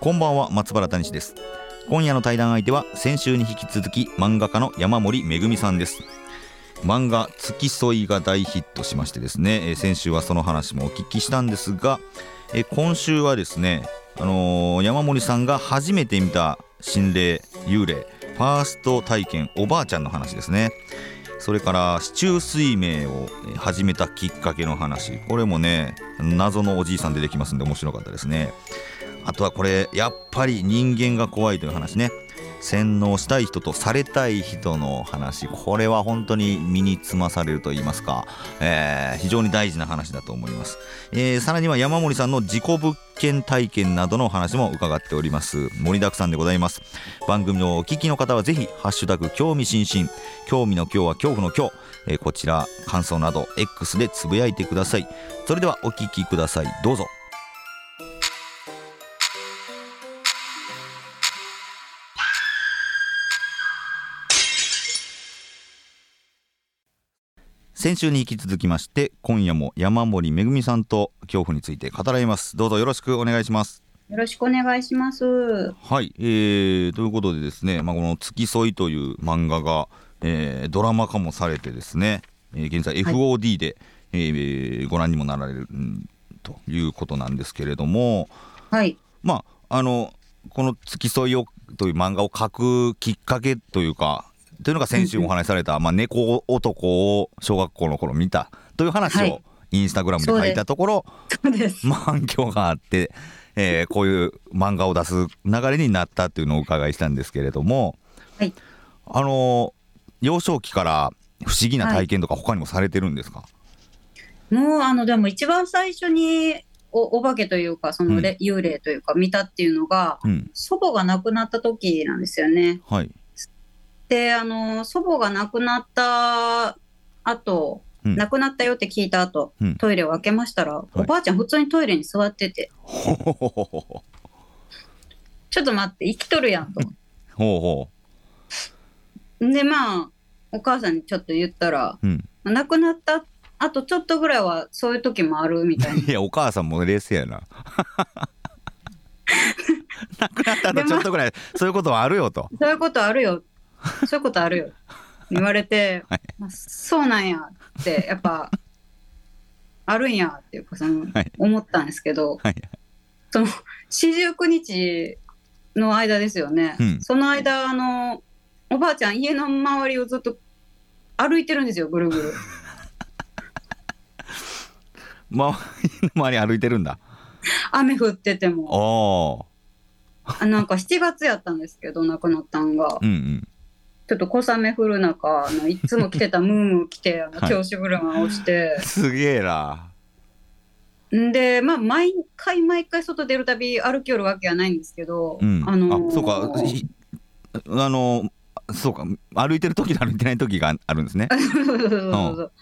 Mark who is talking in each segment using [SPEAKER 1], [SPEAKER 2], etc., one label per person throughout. [SPEAKER 1] こんばんは松原谷志です今夜の対談相手は先週に引き続き漫画家の山森めぐみさんです漫画「付き添い」が大ヒットしましてですね、えー先週はその話もお聞きしたんですが、えー今週はですね、あのー山森さんが初めて見た心霊幽霊ファースト体験おばあちゃんの話ですねそれから市中水明をえー始めたきっかけの話これもね謎のおじいさん出てきますんで面白かったですねあとはこれやっぱり人間が怖いという話ね洗脳したい人とされたい人の話これは本当に身につまされると言いますか、えー非常に大事な話だと思います、えーさらには山森さんの事故物件体験などのお話も伺っております盛りだくさんでございます番組のお聞きの方はぜひ「ハッシュタグ興味津々」興味の今日は恐怖の今日、えーこちら感想など X でつぶやいてくださいそれではお聞きくださいどうぞ先週に引き続きまして今夜も山森めぐみさんと恐怖について語らいますどうぞよろしくお願いします
[SPEAKER 2] よろしくお願いします。
[SPEAKER 1] はい、えーということでですね、まあ、この「付き添い」という漫画が、えードラマ化もされてですね、えー現在 FOD で、えーご覧にもなられるんということなんですけれども
[SPEAKER 2] はい。
[SPEAKER 1] まああのこの「付き添いを」という漫画を書くきっかけというかというのが先週お話しされた、まあ、猫男を小学校の頃見たという話を、
[SPEAKER 2] はい
[SPEAKER 1] インスタグラムで書いたところ
[SPEAKER 2] そうです。
[SPEAKER 1] まあ反響があって、えーこういう漫画を出す流れになったっていうのをお伺いしたんですけれども、
[SPEAKER 2] はい
[SPEAKER 1] あのー幼少期から不思議な体験とか他にもされてるんですか、
[SPEAKER 2] もうあのでも一番最初におお化けというかそのレ、幽霊というか見たっていうのが
[SPEAKER 1] うん
[SPEAKER 2] 祖母が亡くなった時なんですよね。
[SPEAKER 1] はい、
[SPEAKER 2] であの祖母が亡くなった後、
[SPEAKER 1] うん
[SPEAKER 2] 亡くなったよって聞いた後、
[SPEAKER 1] うん
[SPEAKER 2] トイレを開けましたら、おばあちゃん普通にトイレに座ってて
[SPEAKER 1] ほほほほほほ
[SPEAKER 2] ちょっと待って生きとるやんと思っ
[SPEAKER 1] ほうほ
[SPEAKER 2] て。でまあお母さんにちょっと言ったら
[SPEAKER 1] う、うん、
[SPEAKER 2] 亡くなったあとちょっとぐらいはそういう時もあるみたいな。
[SPEAKER 1] いやお母さんも冷静やな 亡くなった後ちょっとぐらいそういうことはあるよと
[SPEAKER 2] そういうことあ るよ。そういうことあるよ。言われて、
[SPEAKER 1] はい
[SPEAKER 2] まあそうなんやって、やっぱ、あるんやっていうか、その、
[SPEAKER 1] はい
[SPEAKER 2] 思ったんですけど、
[SPEAKER 1] はい
[SPEAKER 2] その、四十九日の間ですよね。
[SPEAKER 1] うん
[SPEAKER 2] その間、あの、おばあちゃん、家の周りをずっと歩いてるんですよ、ぐる ぐる。
[SPEAKER 1] 周りの周り歩いてるんだ
[SPEAKER 2] 雨降ってても。
[SPEAKER 1] おー
[SPEAKER 2] あなんか7月やったんですけど、亡くなったんが
[SPEAKER 1] う。ん
[SPEAKER 2] ちょっと小雨降る中、あのいつも着てたムームー着て、あの
[SPEAKER 1] はい
[SPEAKER 2] 教師車をして
[SPEAKER 1] うん、すげえなん
[SPEAKER 2] でまあ毎回毎回外出るたび歩き寄るわけはないんですけど、
[SPEAKER 1] うん、
[SPEAKER 2] あのー
[SPEAKER 1] そう かひあのーそうか歩いてる時と歩いてない時があるんですね
[SPEAKER 2] そうそうそうそう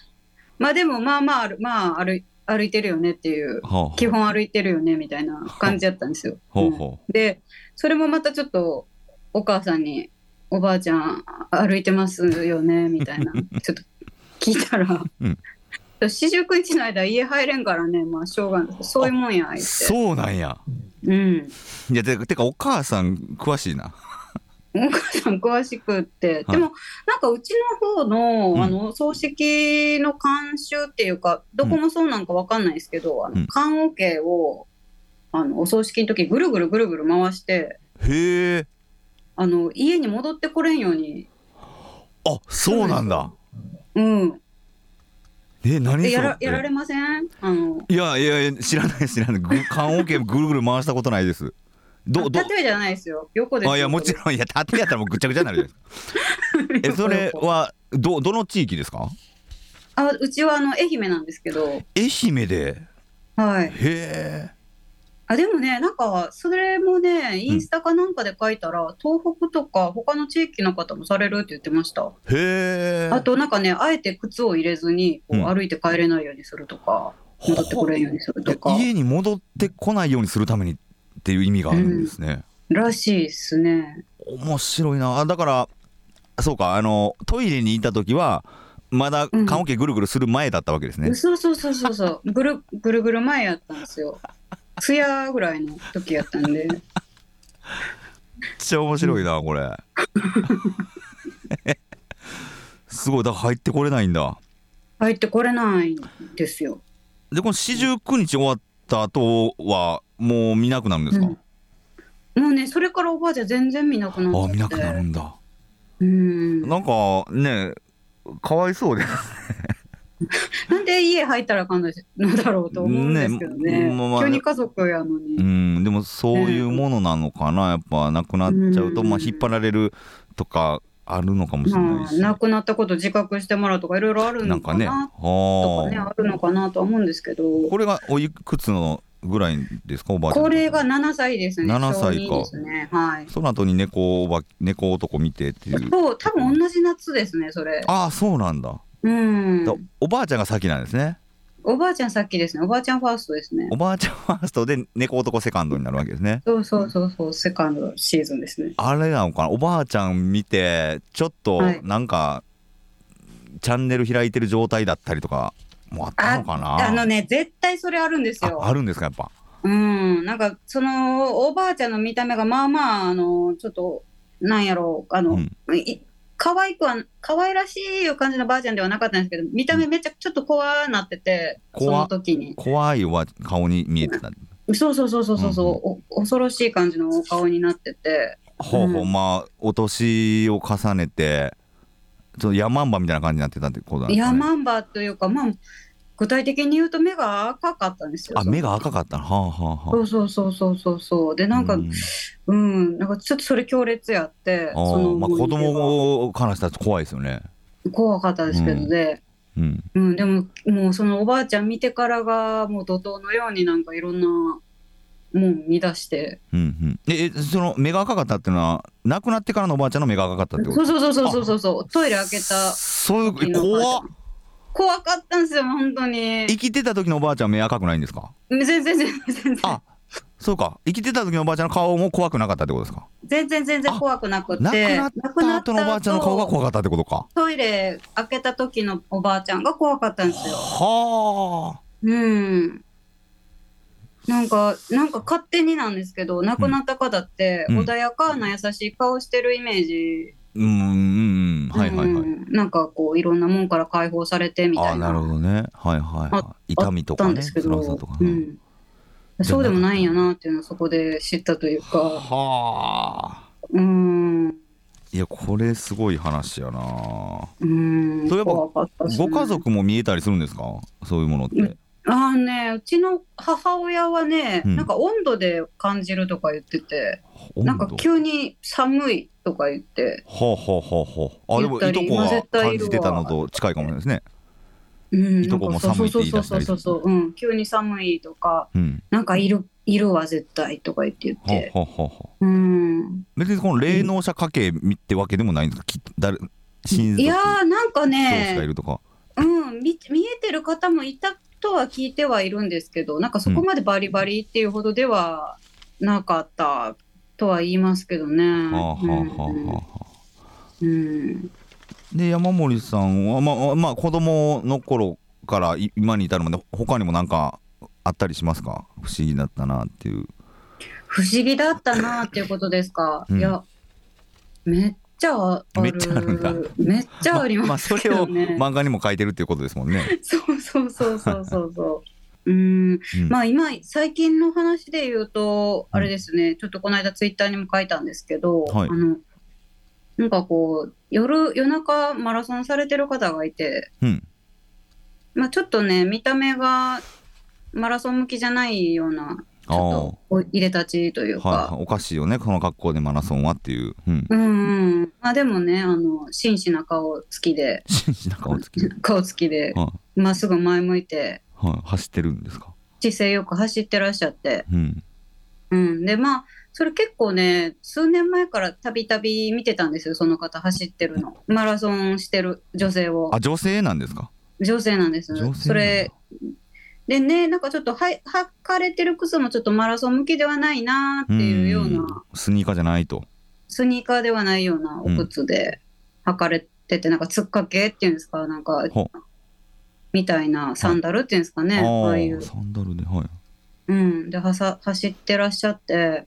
[SPEAKER 2] まあでもまあまあ歩まあ歩い歩いてるよねっていう
[SPEAKER 1] ほう
[SPEAKER 2] 基本歩いてるよねみたいな感じだったんですよ。
[SPEAKER 1] ほう
[SPEAKER 2] うん
[SPEAKER 1] ほ
[SPEAKER 2] でそれもまたちょっとお母さんに「おばあちゃん歩いてますよね」み たいなちょっと聞いたら
[SPEAKER 1] うん
[SPEAKER 2] 「四十九日の間家入れんからねまあしょうがないそういうもんや」
[SPEAKER 1] う
[SPEAKER 2] 言って。
[SPEAKER 1] そうなんや
[SPEAKER 2] うん
[SPEAKER 1] いやててかお母さん詳しいな
[SPEAKER 2] お母さん詳しくって、
[SPEAKER 1] はい
[SPEAKER 2] でもなんかうちの方の,、
[SPEAKER 1] うん
[SPEAKER 2] あの葬式の監修っていうかどこもそうなんかわかんないですけど、あ
[SPEAKER 1] う
[SPEAKER 2] の
[SPEAKER 1] ん
[SPEAKER 2] 棺桶をあのお葬式の時ぐるぐるぐるぐる回して
[SPEAKER 1] へえ
[SPEAKER 2] あの家に戻ってこれんように、
[SPEAKER 1] あそうなんだ
[SPEAKER 2] うん、
[SPEAKER 1] え何そ
[SPEAKER 2] で
[SPEAKER 1] れ
[SPEAKER 2] やらやられませんあの
[SPEAKER 1] いやいやいや知らないです知らないぐ棺桶ぐるぐる回したことないですどど
[SPEAKER 2] 縦じゃないですよ横です
[SPEAKER 1] あいやもち
[SPEAKER 2] ん
[SPEAKER 1] ろんいや縦やったらもうぐちゃぐちゃになるじゃないですか えそれはどどの地域ですか
[SPEAKER 2] あうちはあの愛媛なんですけど
[SPEAKER 1] 愛媛で
[SPEAKER 2] はい
[SPEAKER 1] へえ
[SPEAKER 2] あでもねなんかそれもねインスタかなんかで書いたら、東北とか他の地域の方もされるって言ってました
[SPEAKER 1] へえ
[SPEAKER 2] あとなんかねあえて靴を入れずにこう
[SPEAKER 1] うん
[SPEAKER 2] 歩いて帰れないようにするとか、戻ってこれんようにするとか
[SPEAKER 1] 家に戻ってこないようにするためにっていう意味があるんですね、
[SPEAKER 2] らしいですね
[SPEAKER 1] 面白いなあだからそうかあのトイレにいた時はまだ
[SPEAKER 2] うん
[SPEAKER 1] 棺桶ぐるぐるする前だったわけですね、
[SPEAKER 2] そうそうそうそうそうぐるぐるぐる前やったんですよ艶ぐらいの時やったんで
[SPEAKER 1] めっちゃ面白いなこれすごいだから入ってこれないんだ
[SPEAKER 2] 入ってこれないんですよ
[SPEAKER 1] でこの四十九日終わった後はもう見なくなるんですか、
[SPEAKER 2] もうねそれからおばあちゃん全然見なくなっちゃ
[SPEAKER 1] あ
[SPEAKER 2] って
[SPEAKER 1] 見なくなるんだ、
[SPEAKER 2] うん
[SPEAKER 1] なんかねかわいそうで
[SPEAKER 2] なんで家入ったらあかんのだろうと思うんですけどね
[SPEAKER 1] ねまあまあ
[SPEAKER 2] 急に家族やの
[SPEAKER 1] う
[SPEAKER 2] に、
[SPEAKER 1] んでもそういうものなのかなやっぱなくなっちゃうと、
[SPEAKER 2] うん
[SPEAKER 1] まあ引っ張られるとかあるのかもしれ
[SPEAKER 2] ま
[SPEAKER 1] ない
[SPEAKER 2] あ
[SPEAKER 1] し、
[SPEAKER 2] 亡くなったこと自覚してもらうとかいろいろある
[SPEAKER 1] な
[SPEAKER 2] の
[SPEAKER 1] ん
[SPEAKER 2] か
[SPEAKER 1] か
[SPEAKER 2] な
[SPEAKER 1] ね
[SPEAKER 2] とかね
[SPEAKER 1] は
[SPEAKER 2] あるのかなとは思うんですけど
[SPEAKER 1] あこれがおいくつのぐらいですかおばあちゃん
[SPEAKER 2] これが7歳ですね
[SPEAKER 1] 7歳か
[SPEAKER 2] 小二ですねはい
[SPEAKER 1] その後に猫おば猫男見てっていう
[SPEAKER 2] そう多分同じ夏ですねそれ
[SPEAKER 1] ああそうなんだ、
[SPEAKER 2] うん
[SPEAKER 1] だおばあちゃんが先なんですね
[SPEAKER 2] おばあちゃんさっきですねおばあちゃんファーストですね
[SPEAKER 1] おばあちゃんファーストで 猫男セカンドになるわけですね
[SPEAKER 2] そうそうそうそうセカンドシーズンですね
[SPEAKER 1] あれなのかなおばあちゃん見てちょっと
[SPEAKER 2] はい
[SPEAKER 1] なんか、チャンネル開いてる状態だったりとかもあったのかな
[SPEAKER 2] あのね絶対それあるんです
[SPEAKER 1] あ
[SPEAKER 2] よ
[SPEAKER 1] あるんですかやっぱ
[SPEAKER 2] うん、なんかそのおばあちゃんの見た目がまあまああのちょっとなんやろうあの、
[SPEAKER 1] うん
[SPEAKER 2] い可愛くは可愛らしいいう感じのばあちゃんではなかったんですけど見た目めっちゃちょっと怖なってて、
[SPEAKER 1] 怖
[SPEAKER 2] その時に
[SPEAKER 1] 怖いおばあ顔に見えてた
[SPEAKER 2] そうそうそうそうそうそう、お恐ろしい感じのお顔になってて
[SPEAKER 1] ほうほう、
[SPEAKER 2] うん
[SPEAKER 1] まあお年を重ねてちょっとヤマンバみたいな感じになってたってことなんですか、
[SPEAKER 2] ヤ
[SPEAKER 1] ね、
[SPEAKER 2] マンバというかまあ具体的に言うと目が赤かったんですよ
[SPEAKER 1] あ目が赤かったのはあはあ
[SPEAKER 2] そ
[SPEAKER 1] は
[SPEAKER 2] うそうそうそうそうそうで
[SPEAKER 1] あ
[SPEAKER 2] なんか
[SPEAKER 1] う
[SPEAKER 2] うん、なんかちょっとそれ強烈やって
[SPEAKER 1] あー
[SPEAKER 2] その
[SPEAKER 1] まあ、
[SPEAKER 2] 思
[SPEAKER 1] 子
[SPEAKER 2] い出が
[SPEAKER 1] 供からしたら怖いですよね
[SPEAKER 2] 怖かったですけどで、
[SPEAKER 1] うん
[SPEAKER 2] うん、でも、もうそのおばあちゃん見てからが、もう怒涛のようになんかいろんなもん見出して。
[SPEAKER 1] うんうんええその目が赤かったっていうのは亡くなってからのおばあちゃんの目が赤かったってこと
[SPEAKER 2] そうそうそうそうそうそう、トイレ開けた。
[SPEAKER 1] そういうえ
[SPEAKER 2] 時のおばあちゃん
[SPEAKER 1] 怖っ
[SPEAKER 2] 怖かったんですよ、本当に。
[SPEAKER 1] 生きてた時のおばあちゃんは目赤くないんですか
[SPEAKER 2] 全然全然全然
[SPEAKER 1] あそうか生きてた時のおばあちゃんの顔も怖くなかったってことですか
[SPEAKER 2] 全然全然怖くなく
[SPEAKER 1] 亡く
[SPEAKER 2] て
[SPEAKER 1] なった後のおばあちゃんの顔が
[SPEAKER 2] 亡くな
[SPEAKER 1] 怖かっ
[SPEAKER 2] った後
[SPEAKER 1] たってことか
[SPEAKER 2] トイレ開けた時のおばあちゃんが怖かったんですよ。
[SPEAKER 1] は
[SPEAKER 2] うん。なんか、なんか勝手になんですけど、亡くなった方って
[SPEAKER 1] うん
[SPEAKER 2] 穏やかな優しい顔してるイメージ
[SPEAKER 1] あうんうんうんはいはいは
[SPEAKER 2] う
[SPEAKER 1] い
[SPEAKER 2] んなんかこういろんなもんから解放されてみ
[SPEAKER 1] あ
[SPEAKER 2] た
[SPEAKER 1] ー
[SPEAKER 2] い
[SPEAKER 1] な
[SPEAKER 2] な
[SPEAKER 1] るほどねはいはい
[SPEAKER 2] あ
[SPEAKER 1] はい痛み
[SPEAKER 2] あ
[SPEAKER 1] と
[SPEAKER 2] った
[SPEAKER 1] か
[SPEAKER 2] ん
[SPEAKER 1] ね
[SPEAKER 2] ですけ
[SPEAKER 1] 辛
[SPEAKER 2] ど、
[SPEAKER 1] さとか
[SPEAKER 2] う
[SPEAKER 1] ね
[SPEAKER 2] ん、そうでもないんやなっていうのはそこで知ったというか
[SPEAKER 1] はあ
[SPEAKER 2] うーんう
[SPEAKER 1] いやこれすごい話やな
[SPEAKER 2] ーん
[SPEAKER 1] そういえば
[SPEAKER 2] 怖かったっすね
[SPEAKER 1] ご家族も見えたりするんですかそういうものって、
[SPEAKER 2] うんああねうちの母親はね、
[SPEAKER 1] うん
[SPEAKER 2] なんか温度で感じるとか言っててなんか
[SPEAKER 1] 温度
[SPEAKER 2] 急に寒いとか言って
[SPEAKER 1] ほうほうほうほうあでも
[SPEAKER 2] 言
[SPEAKER 1] い
[SPEAKER 2] っ
[SPEAKER 1] と
[SPEAKER 2] たり
[SPEAKER 1] こ
[SPEAKER 2] まあ
[SPEAKER 1] が
[SPEAKER 2] 絶対
[SPEAKER 1] 感じてたのと近いかもしれないですね
[SPEAKER 2] うん
[SPEAKER 1] いとこも
[SPEAKER 2] なんか
[SPEAKER 1] 寒いって言い出したり
[SPEAKER 2] そうそうそうそうそう、うん、急に寒いとか
[SPEAKER 1] うん
[SPEAKER 2] なんかいるいるわ絶対とか言って言っ
[SPEAKER 1] ほう
[SPEAKER 2] て
[SPEAKER 1] ほうほうほう
[SPEAKER 2] うん
[SPEAKER 1] 別にこの霊能者家系ってわけでもないんですかきっと誰親族
[SPEAKER 2] いやーなんか
[SPEAKER 1] 教師がい
[SPEAKER 2] ね、
[SPEAKER 1] るとか
[SPEAKER 2] うん、見見えてる方もいたとは聞いてはいるんですけどなんかそこまでバリバリっていうほどではなかったとは言いますけどね。
[SPEAKER 1] はあはあはあはあ
[SPEAKER 2] うん
[SPEAKER 1] で山森さんはまあまあ子供の頃からい今に至るまで他にも何かあったりしますか不思議だったなっていう
[SPEAKER 2] 不思議だったなっていうことですか。
[SPEAKER 1] うん
[SPEAKER 2] いやめっちゃある
[SPEAKER 1] めっちゃあるんだ
[SPEAKER 2] めっちゃあり
[SPEAKER 1] ま
[SPEAKER 2] ま
[SPEAKER 1] あ
[SPEAKER 2] す
[SPEAKER 1] そ
[SPEAKER 2] け
[SPEAKER 1] れを
[SPEAKER 2] どね。
[SPEAKER 1] 漫画にも書いてるっていうことですもんね、
[SPEAKER 2] そう そうそうそうそうそう。うん
[SPEAKER 1] うん
[SPEAKER 2] まあ今最近の話で言うとあれですね、ちょっとこの間ツイッターにも書いたんですけど、
[SPEAKER 1] はい
[SPEAKER 2] あのなんかこう夜夜中マラソンされてる方がいて、
[SPEAKER 1] うん
[SPEAKER 2] まあ、ちょっとね見た目がマラソン向きじゃないようなち
[SPEAKER 1] あ
[SPEAKER 2] ょっ
[SPEAKER 1] あ
[SPEAKER 2] とお入れたちというか、
[SPEAKER 1] はいはい、おかしいよねこの格好でマラソンはっていう、うん、
[SPEAKER 2] うんうんまあ、でもねあの真摯な顔つきで
[SPEAKER 1] 紳士な顔つきで、
[SPEAKER 2] 顔つきで
[SPEAKER 1] は
[SPEAKER 2] まっすぐ前向いて
[SPEAKER 1] いはい、走ってるんですか、
[SPEAKER 2] 姿勢よく走ってらっしゃって。
[SPEAKER 1] うん、
[SPEAKER 2] うん、でまあそれ結構ね数年前からたびたび見てたんですよその方走ってるのマラソンしてる女性を
[SPEAKER 1] あ女性なんですか
[SPEAKER 2] 女性なんです
[SPEAKER 1] 女性なんだ
[SPEAKER 2] それでねなんかちょっとは履かれてる靴もちょっとマラソン向きではないなっていうような
[SPEAKER 1] うんスニーカーじゃないと
[SPEAKER 2] スニーカーではないようなお靴で履かれてて、なんかつっかけっていうんですかなんか
[SPEAKER 1] ほ
[SPEAKER 2] みたいなサンダルっていうんですかね、ああい
[SPEAKER 1] ああ
[SPEAKER 2] う、
[SPEAKER 1] サンダルではい
[SPEAKER 2] うん、ではさ走ってらっしゃって、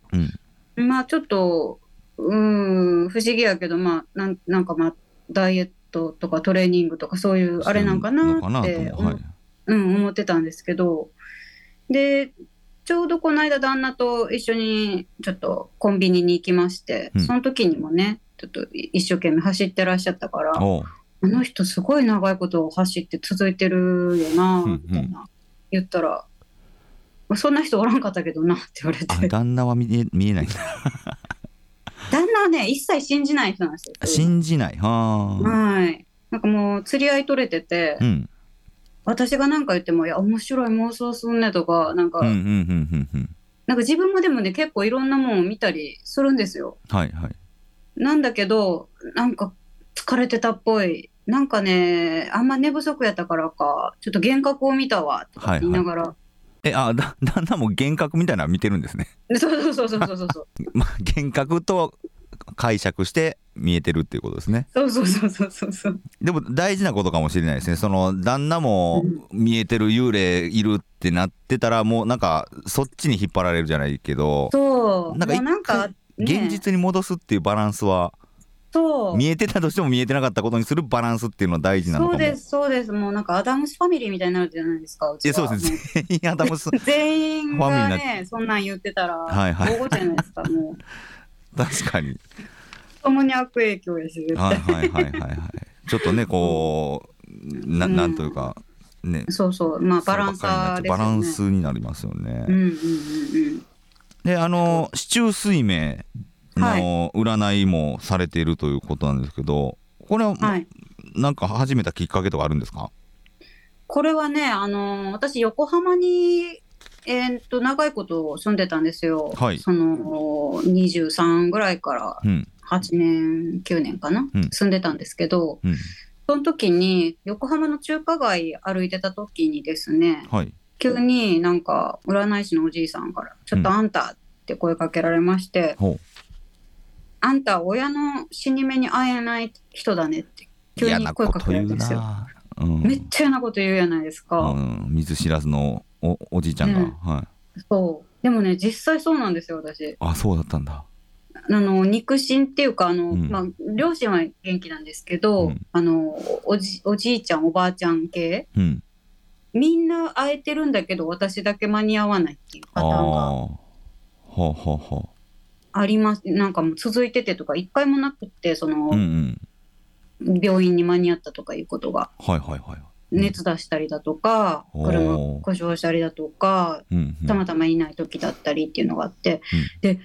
[SPEAKER 1] うん
[SPEAKER 2] まあちょっとうーん不思議やけどまあなんなんかまあダイエットとかトレーニングとかそういうあれなんか
[SPEAKER 1] そうい
[SPEAKER 2] な
[SPEAKER 1] うのか
[SPEAKER 2] っ
[SPEAKER 1] な
[SPEAKER 2] て
[SPEAKER 1] と思うはい
[SPEAKER 2] うん、思ってたんですけどでちょうどこの間旦那と一緒にちょっとコンビニに行きまして、
[SPEAKER 1] うん
[SPEAKER 2] その時にもねちょっと一生懸命走ってらっしゃったからあ
[SPEAKER 1] おう
[SPEAKER 2] の人すごい長いこと走って続いてるよな
[SPEAKER 1] うんうん
[SPEAKER 2] みたいな、言ったら「そんな人おらんかったけどな」って言われ
[SPEAKER 1] あ
[SPEAKER 2] て
[SPEAKER 1] 旦那は見え見え ないんだ
[SPEAKER 2] 旦那はね一切信じない人なんですよ。
[SPEAKER 1] 信じないは
[SPEAKER 2] はいなんかもう釣り合い取れてて、
[SPEAKER 1] あうん
[SPEAKER 2] 私が何か言っても「いや面白い妄想すんね」とかなんか、
[SPEAKER 1] うんうんうんうんうん
[SPEAKER 2] なんか自分もでもね結構いろんなもんを見たりするんですよ。
[SPEAKER 1] はいはい
[SPEAKER 2] なんだけどなんか疲れてたっぽいなんかねあんま寝不足やったからかちょっと幻覚を見たわとか言いながら、
[SPEAKER 1] えあだ旦那も幻覚みたいなの見てるんですね
[SPEAKER 2] でそうそうそうそうそうそうそう
[SPEAKER 1] まあ幻覚と解釈して見えてるっていうことですね
[SPEAKER 2] そうそうそうそうそうそう
[SPEAKER 1] でも大事なことかもしれないですねその旦那も見えてる幽霊いるってなってたらもうなんかそっちに引っ張られるじゃないけど
[SPEAKER 2] そう
[SPEAKER 1] なんか
[SPEAKER 2] もうなんか、ね、
[SPEAKER 1] 現実に戻すっていうバランスは
[SPEAKER 2] そう
[SPEAKER 1] 見えてたとしても見えてなかったことにするバランスっていうのは大事なの
[SPEAKER 2] そ
[SPEAKER 1] か
[SPEAKER 2] う
[SPEAKER 1] もい
[SPEAKER 2] で
[SPEAKER 1] や
[SPEAKER 2] すそうですもうなんかアダムスファミリーみたいになるじゃないですかうちは
[SPEAKER 1] そうです
[SPEAKER 2] も
[SPEAKER 1] ね 全員アダムス
[SPEAKER 2] う全員
[SPEAKER 1] ファミリー
[SPEAKER 2] が
[SPEAKER 1] にな
[SPEAKER 2] ねそんなん言ってたら
[SPEAKER 1] はいはい
[SPEAKER 2] 大 ごとじゃないですかもう
[SPEAKER 1] 確かに
[SPEAKER 2] 共に悪影響です絶対
[SPEAKER 1] はいはいはいはいはいちょっとねこうな
[SPEAKER 2] うん
[SPEAKER 1] なんというかね
[SPEAKER 2] そうそうまあバランサ
[SPEAKER 1] そ
[SPEAKER 2] ーです
[SPEAKER 1] れば
[SPEAKER 2] よ
[SPEAKER 1] っか
[SPEAKER 2] ね
[SPEAKER 1] りになっちゃうバランスになりますよね、
[SPEAKER 2] うんうんうんうん
[SPEAKER 1] であの市中水明の占いもされているということなんですけどこれは、
[SPEAKER 2] はい、
[SPEAKER 1] なんか始めたきっかけとかあるんですか
[SPEAKER 2] これはね、あのー私、横浜に、えーっと長いこと住んでたんですよ、
[SPEAKER 1] はい
[SPEAKER 2] その23ぐらいから
[SPEAKER 1] うん
[SPEAKER 2] 8年、9年かな、
[SPEAKER 1] うん
[SPEAKER 2] 住んでたんですけど、
[SPEAKER 1] うん
[SPEAKER 2] その時に、横浜の中華街歩いてた時にですね、
[SPEAKER 1] はい
[SPEAKER 2] 急になんか、占い師のおじいさんから、ちょっとあんたって声かけられまして、
[SPEAKER 1] ほう
[SPEAKER 2] あんた、親の死に目に会えない人だねって、急
[SPEAKER 1] 嫌
[SPEAKER 2] に
[SPEAKER 1] な
[SPEAKER 2] 声
[SPEAKER 1] こ
[SPEAKER 2] か
[SPEAKER 1] と
[SPEAKER 2] けら
[SPEAKER 1] 言う
[SPEAKER 2] れた
[SPEAKER 1] ん
[SPEAKER 2] ですよ。
[SPEAKER 1] なうん
[SPEAKER 2] めっちゃ嫌なこと言うやないですか。
[SPEAKER 1] うん、水知らずのおおじいちゃんが、
[SPEAKER 2] うん
[SPEAKER 1] はい
[SPEAKER 2] そう。でもね、実際そうなんですよ、私。
[SPEAKER 1] あそうだったんだ
[SPEAKER 2] あの、肉親っていうか、あの、
[SPEAKER 1] うん
[SPEAKER 2] まあ、両親は元気なんですけど、
[SPEAKER 1] うん
[SPEAKER 2] あの、おじ、おじいちゃん、おばあちゃん系、
[SPEAKER 1] うん
[SPEAKER 2] みんな会えてるんだけど、私だけ間に合わないっていうパ
[SPEAKER 1] あ
[SPEAKER 2] ター
[SPEAKER 1] あ
[SPEAKER 2] ンが
[SPEAKER 1] はあはあは
[SPEAKER 2] あります。なんかもう続いててとか、一回もなくって、そ
[SPEAKER 1] あうんう
[SPEAKER 2] の、
[SPEAKER 1] ん
[SPEAKER 2] 病院に間に合ったとかいうことが、
[SPEAKER 1] はいはいはいうん
[SPEAKER 2] 熱出したりだとか、
[SPEAKER 1] おー
[SPEAKER 2] 車故障したりだとか、
[SPEAKER 1] うんうん
[SPEAKER 2] たまたまいない時だったりっていうのがあって、で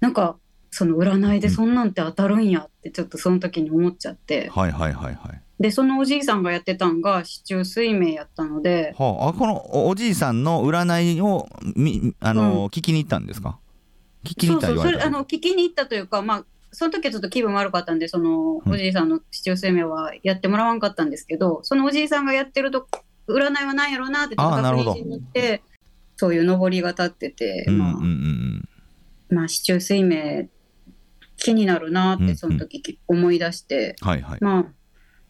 [SPEAKER 2] なんかその占いでそんなんて当たるんやってちょっとその時に思っちゃって、
[SPEAKER 1] はいはいはいはい
[SPEAKER 2] でそのおじいさんがやってたんが市中水明やったので
[SPEAKER 1] はああこのおおじいさんの占いをみあの、聞きに行ったんですか聞きに
[SPEAKER 2] そ
[SPEAKER 1] 行っ
[SPEAKER 2] う
[SPEAKER 1] た
[SPEAKER 2] そ
[SPEAKER 1] ら言わ
[SPEAKER 2] うそれ
[SPEAKER 1] れた
[SPEAKER 2] あの聞きに行ったというかまあその時はちょっと気分悪かったんでその
[SPEAKER 1] うん
[SPEAKER 2] おじいさんの市中水明はやってもらわんかったんですけど、そのおじいさんがやってると占いは何やろうなってちょっと
[SPEAKER 1] あー
[SPEAKER 2] 確
[SPEAKER 1] なるほど
[SPEAKER 2] 認しに行ってそういうぼりが立ってて、
[SPEAKER 1] うんう
[SPEAKER 2] まあ
[SPEAKER 1] んうん
[SPEAKER 2] まあ市中水明気になるなっ
[SPEAKER 1] うんう
[SPEAKER 2] て
[SPEAKER 1] ん
[SPEAKER 2] その時き思い出して、
[SPEAKER 1] はいはい
[SPEAKER 2] まあ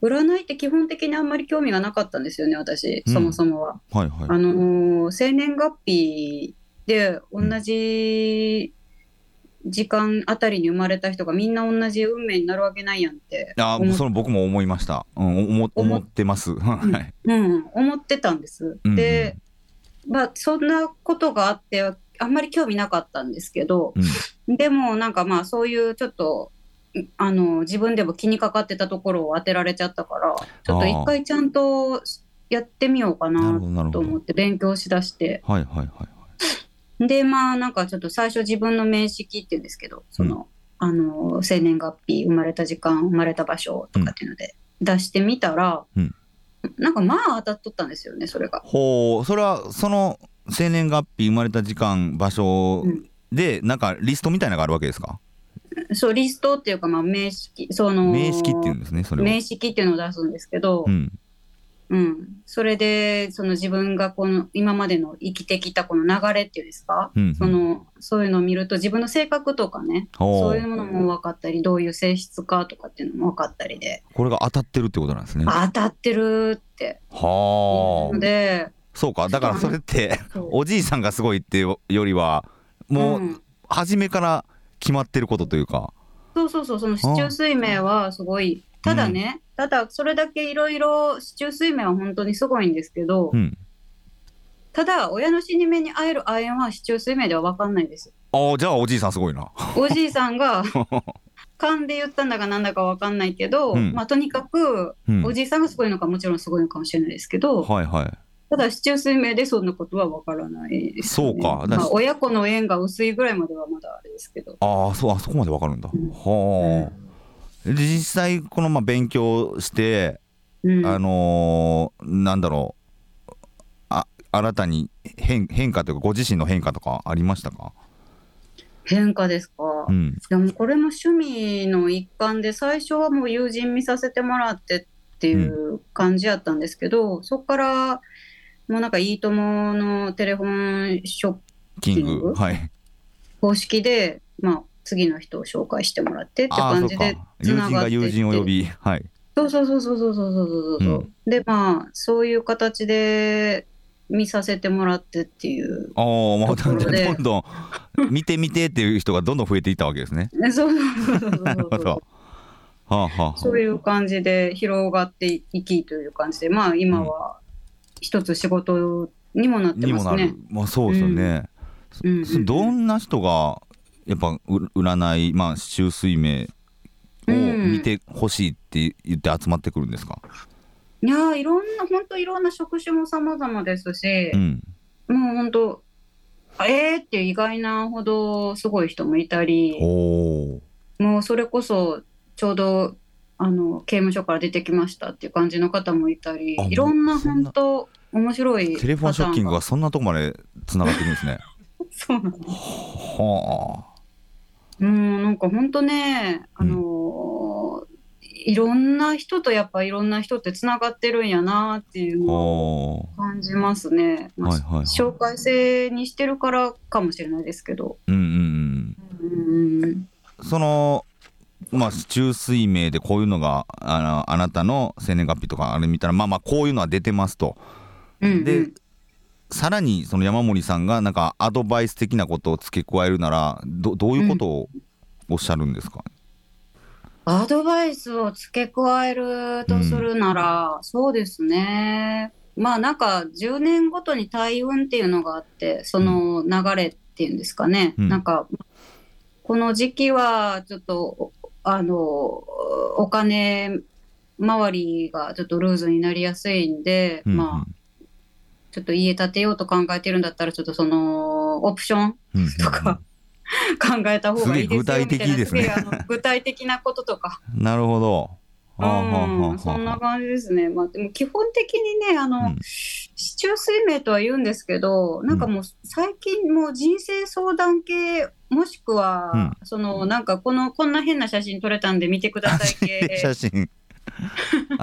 [SPEAKER 2] 占いって基本的にあんまり興味がなかったんですよね私
[SPEAKER 1] うん
[SPEAKER 2] そもそもは。
[SPEAKER 1] はいはい
[SPEAKER 2] あのー生年月日で同じ時間あたりに生まれた人がみんな同じ運命になるわけないやんって
[SPEAKER 1] あも
[SPEAKER 2] 思
[SPEAKER 1] う
[SPEAKER 2] っ
[SPEAKER 1] それ僕も思いました、うん、思思ってます、 はい
[SPEAKER 2] うん、思ってたんです。
[SPEAKER 1] うんうん
[SPEAKER 2] で、まあ、そんなことがあってあんまり興味なかったんですけど、でもなんかまあそういうちょっとんあの自分でも気にかかってたところを当てられちゃったからちょっと一回ちゃんとやってみようか
[SPEAKER 1] なる
[SPEAKER 2] な
[SPEAKER 1] ほどなる
[SPEAKER 2] と
[SPEAKER 1] ほ
[SPEAKER 2] 思
[SPEAKER 1] ど
[SPEAKER 2] って勉強しだして
[SPEAKER 1] はいはいはいはい
[SPEAKER 2] でまあなんかちょっと最初自分の面識っていうんですけどその、あの生年月日生まれた時間生まれた場所とかっていうので出してみたら、
[SPEAKER 1] うん
[SPEAKER 2] なんかまあ当たっとったんですよねそれが。
[SPEAKER 1] ほうそれはその生年月日生まれた時間場所
[SPEAKER 2] うん
[SPEAKER 1] でなんかリストみたいなのがあるわけですか
[SPEAKER 2] そうリストっていうか、まあ、名式その
[SPEAKER 1] 名式っていうんですねそれを
[SPEAKER 2] 名式っていうのを出すんですけど、
[SPEAKER 1] うん
[SPEAKER 2] うん、それでその自分がこの今までの生きてきたこの流れっていうんですか、
[SPEAKER 1] うんうん
[SPEAKER 2] そのそういうのを見ると自分の性格とかね
[SPEAKER 1] ほ
[SPEAKER 2] そうういうものも分かったりどういう性質かとかっていうのも分かったりで、
[SPEAKER 1] これが当たってるってことなんですねは
[SPEAKER 2] あ当たってるって
[SPEAKER 1] あ
[SPEAKER 2] ので
[SPEAKER 1] そうかだからそれって
[SPEAKER 2] そう
[SPEAKER 1] おじいさんがすごいっていうよりはもう
[SPEAKER 2] うん
[SPEAKER 1] 初めから決まってることというか、
[SPEAKER 2] そうそうそうその四柱推命はすごいただね、ただそれだけいろいろ四柱推命は本当にすごいんですけど、
[SPEAKER 1] うん、
[SPEAKER 2] ただ親の死に目に会える亜鉛は四柱推命では分かんな いです
[SPEAKER 1] ああじゃあおじいさんすごいな
[SPEAKER 2] おじいさんが勘で言ったんだかなんだかわかんないけど、
[SPEAKER 1] うん
[SPEAKER 2] まあ、とにかく
[SPEAKER 1] うん
[SPEAKER 2] おじいさんがすごいのかもちろんすごいのかもしれないですけど、
[SPEAKER 1] はいはい
[SPEAKER 2] ただ市中水明でそんなことはわからないです、
[SPEAKER 1] そうかだ
[SPEAKER 2] まあ、親子の縁が薄いぐらいまではまだあれですけど
[SPEAKER 1] ああそうあそこまでわかるんだ、
[SPEAKER 2] うん
[SPEAKER 1] はあ、で実際このまあ勉強して、
[SPEAKER 2] うん
[SPEAKER 1] あのーなんだろうあ新たに変変化というかご自身の変化とかありましたか、
[SPEAKER 2] 変化ですか、
[SPEAKER 1] う
[SPEAKER 2] い
[SPEAKER 1] ん、
[SPEAKER 2] やもうこれも趣味の一環で最初はもう友人見させてもらってっていう感じやったんですけど、そこからもうなんか「いいとも!」のテレフォンショップ
[SPEAKER 1] キング
[SPEAKER 2] キング
[SPEAKER 1] はい
[SPEAKER 2] 方式で、まあ、次の人を紹介してもらってって
[SPEAKER 1] ああそ
[SPEAKER 2] 感
[SPEAKER 1] う
[SPEAKER 2] じ
[SPEAKER 1] か
[SPEAKER 2] で
[SPEAKER 1] 友人
[SPEAKER 2] 繋がっ
[SPEAKER 1] が
[SPEAKER 2] ていって
[SPEAKER 1] 友人を呼びはい
[SPEAKER 2] そうそうそうそうそうそうそうそう
[SPEAKER 1] う
[SPEAKER 2] でまあそういう形で見させてもらってっていう
[SPEAKER 1] ああもう
[SPEAKER 2] ところで
[SPEAKER 1] どんどん見て見てっていう人がどんどん増えていったわけですね
[SPEAKER 2] ねそうそうそうそう
[SPEAKER 1] なる
[SPEAKER 2] そ
[SPEAKER 1] ほ
[SPEAKER 2] う
[SPEAKER 1] どはあはあはあ
[SPEAKER 2] そういう感じで広がっていきという感じでまあ今は一つ仕事にもなって
[SPEAKER 1] に
[SPEAKER 2] ま
[SPEAKER 1] も
[SPEAKER 2] す
[SPEAKER 1] な
[SPEAKER 2] ね
[SPEAKER 1] る。まあそうですよね、
[SPEAKER 2] うんうん
[SPEAKER 1] そどんな人がやっぱう占いまあ周水明を見てほしいって言って集まってくるんですか、
[SPEAKER 2] いやーいろんな本当いろんな職種も様々ですし
[SPEAKER 1] う、ん
[SPEAKER 2] もう本当あえーっていう意外なほどすごい人もいたり。
[SPEAKER 1] おお
[SPEAKER 2] もうそれこそちょうどあの刑務所から出てきましたっていう感じの方もいたり
[SPEAKER 1] あ
[SPEAKER 2] いろんな
[SPEAKER 1] そん
[SPEAKER 2] 本
[SPEAKER 1] な
[SPEAKER 2] 当面白い
[SPEAKER 1] テレフォンショッキング
[SPEAKER 2] パ
[SPEAKER 1] がそんなとこまでつながってくるんですね
[SPEAKER 2] ターンが そうなんです
[SPEAKER 1] はあ
[SPEAKER 2] もうなんか本当ねあのーいろんな人とやっぱいろんな人ってつながってるんやなっていうのを
[SPEAKER 1] お
[SPEAKER 2] 感じますね、まあ
[SPEAKER 1] はいはいはい
[SPEAKER 2] 紹介制にしてるからかもしれないですけど
[SPEAKER 1] うんうん
[SPEAKER 2] うん
[SPEAKER 1] うんそのまあ中水明でこういうのがあのあなたの生年月日とかあれ見たらまあまあこういうのは出てますと
[SPEAKER 2] うん
[SPEAKER 1] でさらにその山森さんがなんかアドバイス的なことを付け加えるならどどういうことをおっしゃるんですか、
[SPEAKER 2] アドバイスを付け加えるとするなら、そうですね。まあなんか10年ごとに大運っていうのがあって、その流れっていうんですかね。
[SPEAKER 1] うん
[SPEAKER 2] なんか、この時期はちょっと、あの、お金周りがちょっとルーズになりやすいんで、
[SPEAKER 1] うん
[SPEAKER 2] まあ、ちょっと家建てようと考えてるんだったら、ちょっとその、オプション
[SPEAKER 1] うんうん
[SPEAKER 2] とか考えた方がいいですよみたいな。
[SPEAKER 1] すげえ具体的ですね
[SPEAKER 2] げえあの具体的なこととか。
[SPEAKER 1] なるほど。はあはあはあ
[SPEAKER 2] う
[SPEAKER 1] はあ
[SPEAKER 2] ん、そんな感じですね。まあ、でも基本的にね、あ
[SPEAKER 1] う
[SPEAKER 2] の
[SPEAKER 1] ん、
[SPEAKER 2] 市中水明とは言うんですけど、なんかもう最近もう人生相談系、もしくは、
[SPEAKER 1] うん
[SPEAKER 2] その、なんかこの、こんな変な写真撮れたんで見てください
[SPEAKER 1] 写
[SPEAKER 2] 系。
[SPEAKER 1] 真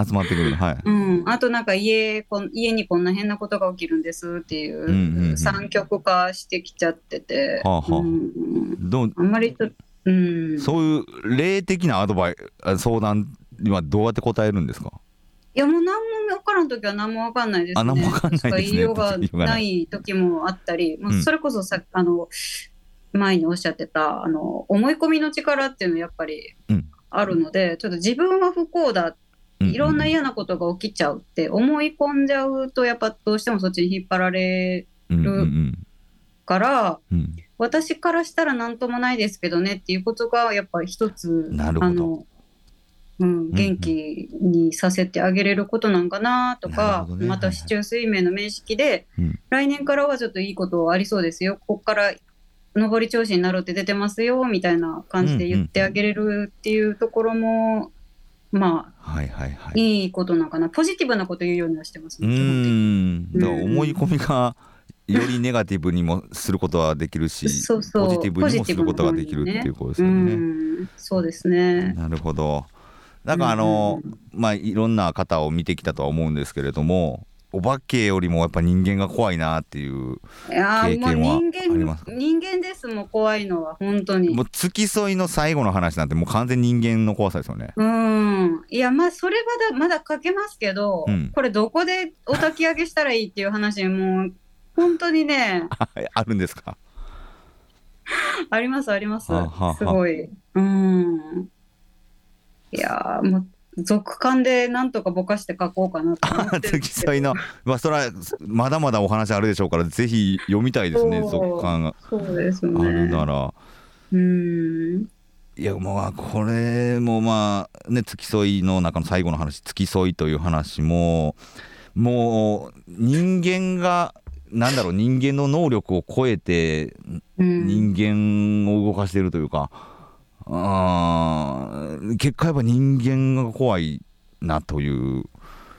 [SPEAKER 1] 集まってくるはい。
[SPEAKER 2] うん、あとなんか家こん家にこんな変なことが起きるんですってい
[SPEAKER 1] んうんう
[SPEAKER 2] うん三極化してきちゃってて、
[SPEAKER 1] はあはあ
[SPEAKER 2] うん
[SPEAKER 1] どう
[SPEAKER 2] あんまりちょっと、うん、
[SPEAKER 1] そういう霊的なアドバイあ相談にはどうやって答えるんですか。
[SPEAKER 2] いやもう何も分からん時は何も分かんないですね。
[SPEAKER 1] あ何も分かんないですね
[SPEAKER 2] しか言いようがない時もあったり、もうそれこそさあの前におっしゃってたあの思い込みの力っていうのやっぱり
[SPEAKER 1] うん
[SPEAKER 2] あるので、ちょっと自分は不幸だ、
[SPEAKER 1] うう
[SPEAKER 2] いろんな嫌なことが起きちゃうって思い込んじゃうとやっぱどうしてもそっちに引っ張られる
[SPEAKER 1] うんうんうん
[SPEAKER 2] から。
[SPEAKER 1] うん
[SPEAKER 2] 私からしたら何ともないですけどねっていうことがやっぱり一つ
[SPEAKER 1] なるほど
[SPEAKER 2] あの、うん、元気にさせてあげれることなんかなと
[SPEAKER 1] なる
[SPEAKER 2] か、
[SPEAKER 1] ほどね
[SPEAKER 2] ま
[SPEAKER 1] はい
[SPEAKER 2] た
[SPEAKER 1] はい
[SPEAKER 2] 市中水明の面識で、
[SPEAKER 1] うん
[SPEAKER 2] 来年からはちょっといいことありそうですよここから上り調子になるって出てますよみたいな感じで言ってあげれるっていうところも、まあ
[SPEAKER 1] はいはいはい。
[SPEAKER 2] いいことなのかなポジティブなこと言うようにはしてます
[SPEAKER 1] う
[SPEAKER 2] ね基本的
[SPEAKER 1] ーん。
[SPEAKER 2] に
[SPEAKER 1] だから思い込みがよりネガティブにもすることはできるし
[SPEAKER 2] そうそう
[SPEAKER 1] ポジティブにもすることができるっていうことですよね。
[SPEAKER 2] うん、そうですね。
[SPEAKER 1] なるほど。なんかあの、
[SPEAKER 2] うん
[SPEAKER 1] まあいろんな方を見てきたとは思うんですけれどもお化けよりもやっぱ人間が怖いなっていう
[SPEAKER 2] いや
[SPEAKER 1] 経
[SPEAKER 2] ー
[SPEAKER 1] 験は
[SPEAKER 2] もう
[SPEAKER 1] あり
[SPEAKER 2] 人
[SPEAKER 1] ます
[SPEAKER 2] 間
[SPEAKER 1] か
[SPEAKER 2] 人間ですもん怖いのは本当に
[SPEAKER 1] もう付き添いの最後の話なんてもう完全に人間の怖さですよね。
[SPEAKER 2] うんいやまあそれまだまだ書けますけど、
[SPEAKER 1] うん
[SPEAKER 2] これどこでお焚き上げしたらいいっていう話もう本当 にね
[SPEAKER 1] あるんですか。
[SPEAKER 2] ありますあります
[SPEAKER 1] はあはあ
[SPEAKER 2] すごいうんいやーもう続刊でなんとかぼかして書こうかなと思ってるん
[SPEAKER 1] 付
[SPEAKER 2] で
[SPEAKER 1] き
[SPEAKER 2] すけど
[SPEAKER 1] 添いのまあそれはまだまだお話あるでしょうからぜひ読みたいですね
[SPEAKER 2] そう
[SPEAKER 1] 続感が
[SPEAKER 2] そうです
[SPEAKER 1] ある
[SPEAKER 2] ね
[SPEAKER 1] なら。
[SPEAKER 2] うん
[SPEAKER 1] いやまあこれもまあね付き添いの中の最後の話付き添いという話ももう人間がなんだろう人間の能力を超えて
[SPEAKER 2] うん
[SPEAKER 1] 人間を動かしてるというか、あー結果やっぱ人間が怖いなという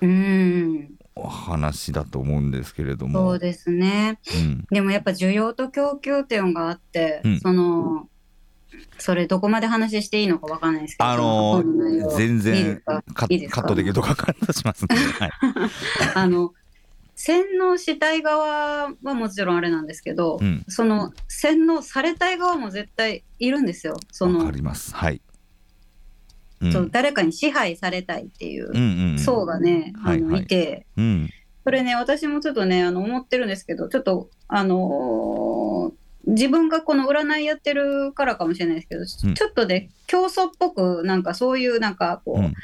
[SPEAKER 2] うん
[SPEAKER 1] お話だと思うんですけれども。
[SPEAKER 2] そうですね
[SPEAKER 1] うん
[SPEAKER 2] でもやっぱ需要と供給っていうのがあって、
[SPEAKER 1] うん
[SPEAKER 2] そのそれどこまで話していいのかわかんないですけど、
[SPEAKER 1] あのー
[SPEAKER 2] その本の内容
[SPEAKER 1] 全然
[SPEAKER 2] いいですか
[SPEAKER 1] カ
[SPEAKER 2] いいです
[SPEAKER 1] カ
[SPEAKER 2] か
[SPEAKER 1] ットできるとかカットしますね。はい
[SPEAKER 2] あの洗脳したい側はもちろんあれなんですけど、
[SPEAKER 1] うん
[SPEAKER 2] その洗脳されたい側も絶対いるんですよそ
[SPEAKER 1] わ
[SPEAKER 2] の
[SPEAKER 1] か、ります。はい。うん
[SPEAKER 2] そう誰かに支配されたいっていう
[SPEAKER 1] うんうんうん
[SPEAKER 2] 層がね、あの
[SPEAKER 1] はい
[SPEAKER 2] い
[SPEAKER 1] はい
[SPEAKER 2] て
[SPEAKER 1] うん
[SPEAKER 2] それね私もちょっとねあの思ってるんですけどちょっとあのー自分がこの占いやってるからかもしれないですけど、ち
[SPEAKER 1] うん
[SPEAKER 2] ちょっとね競争っぽくなんかそういうなんかこう、
[SPEAKER 1] うん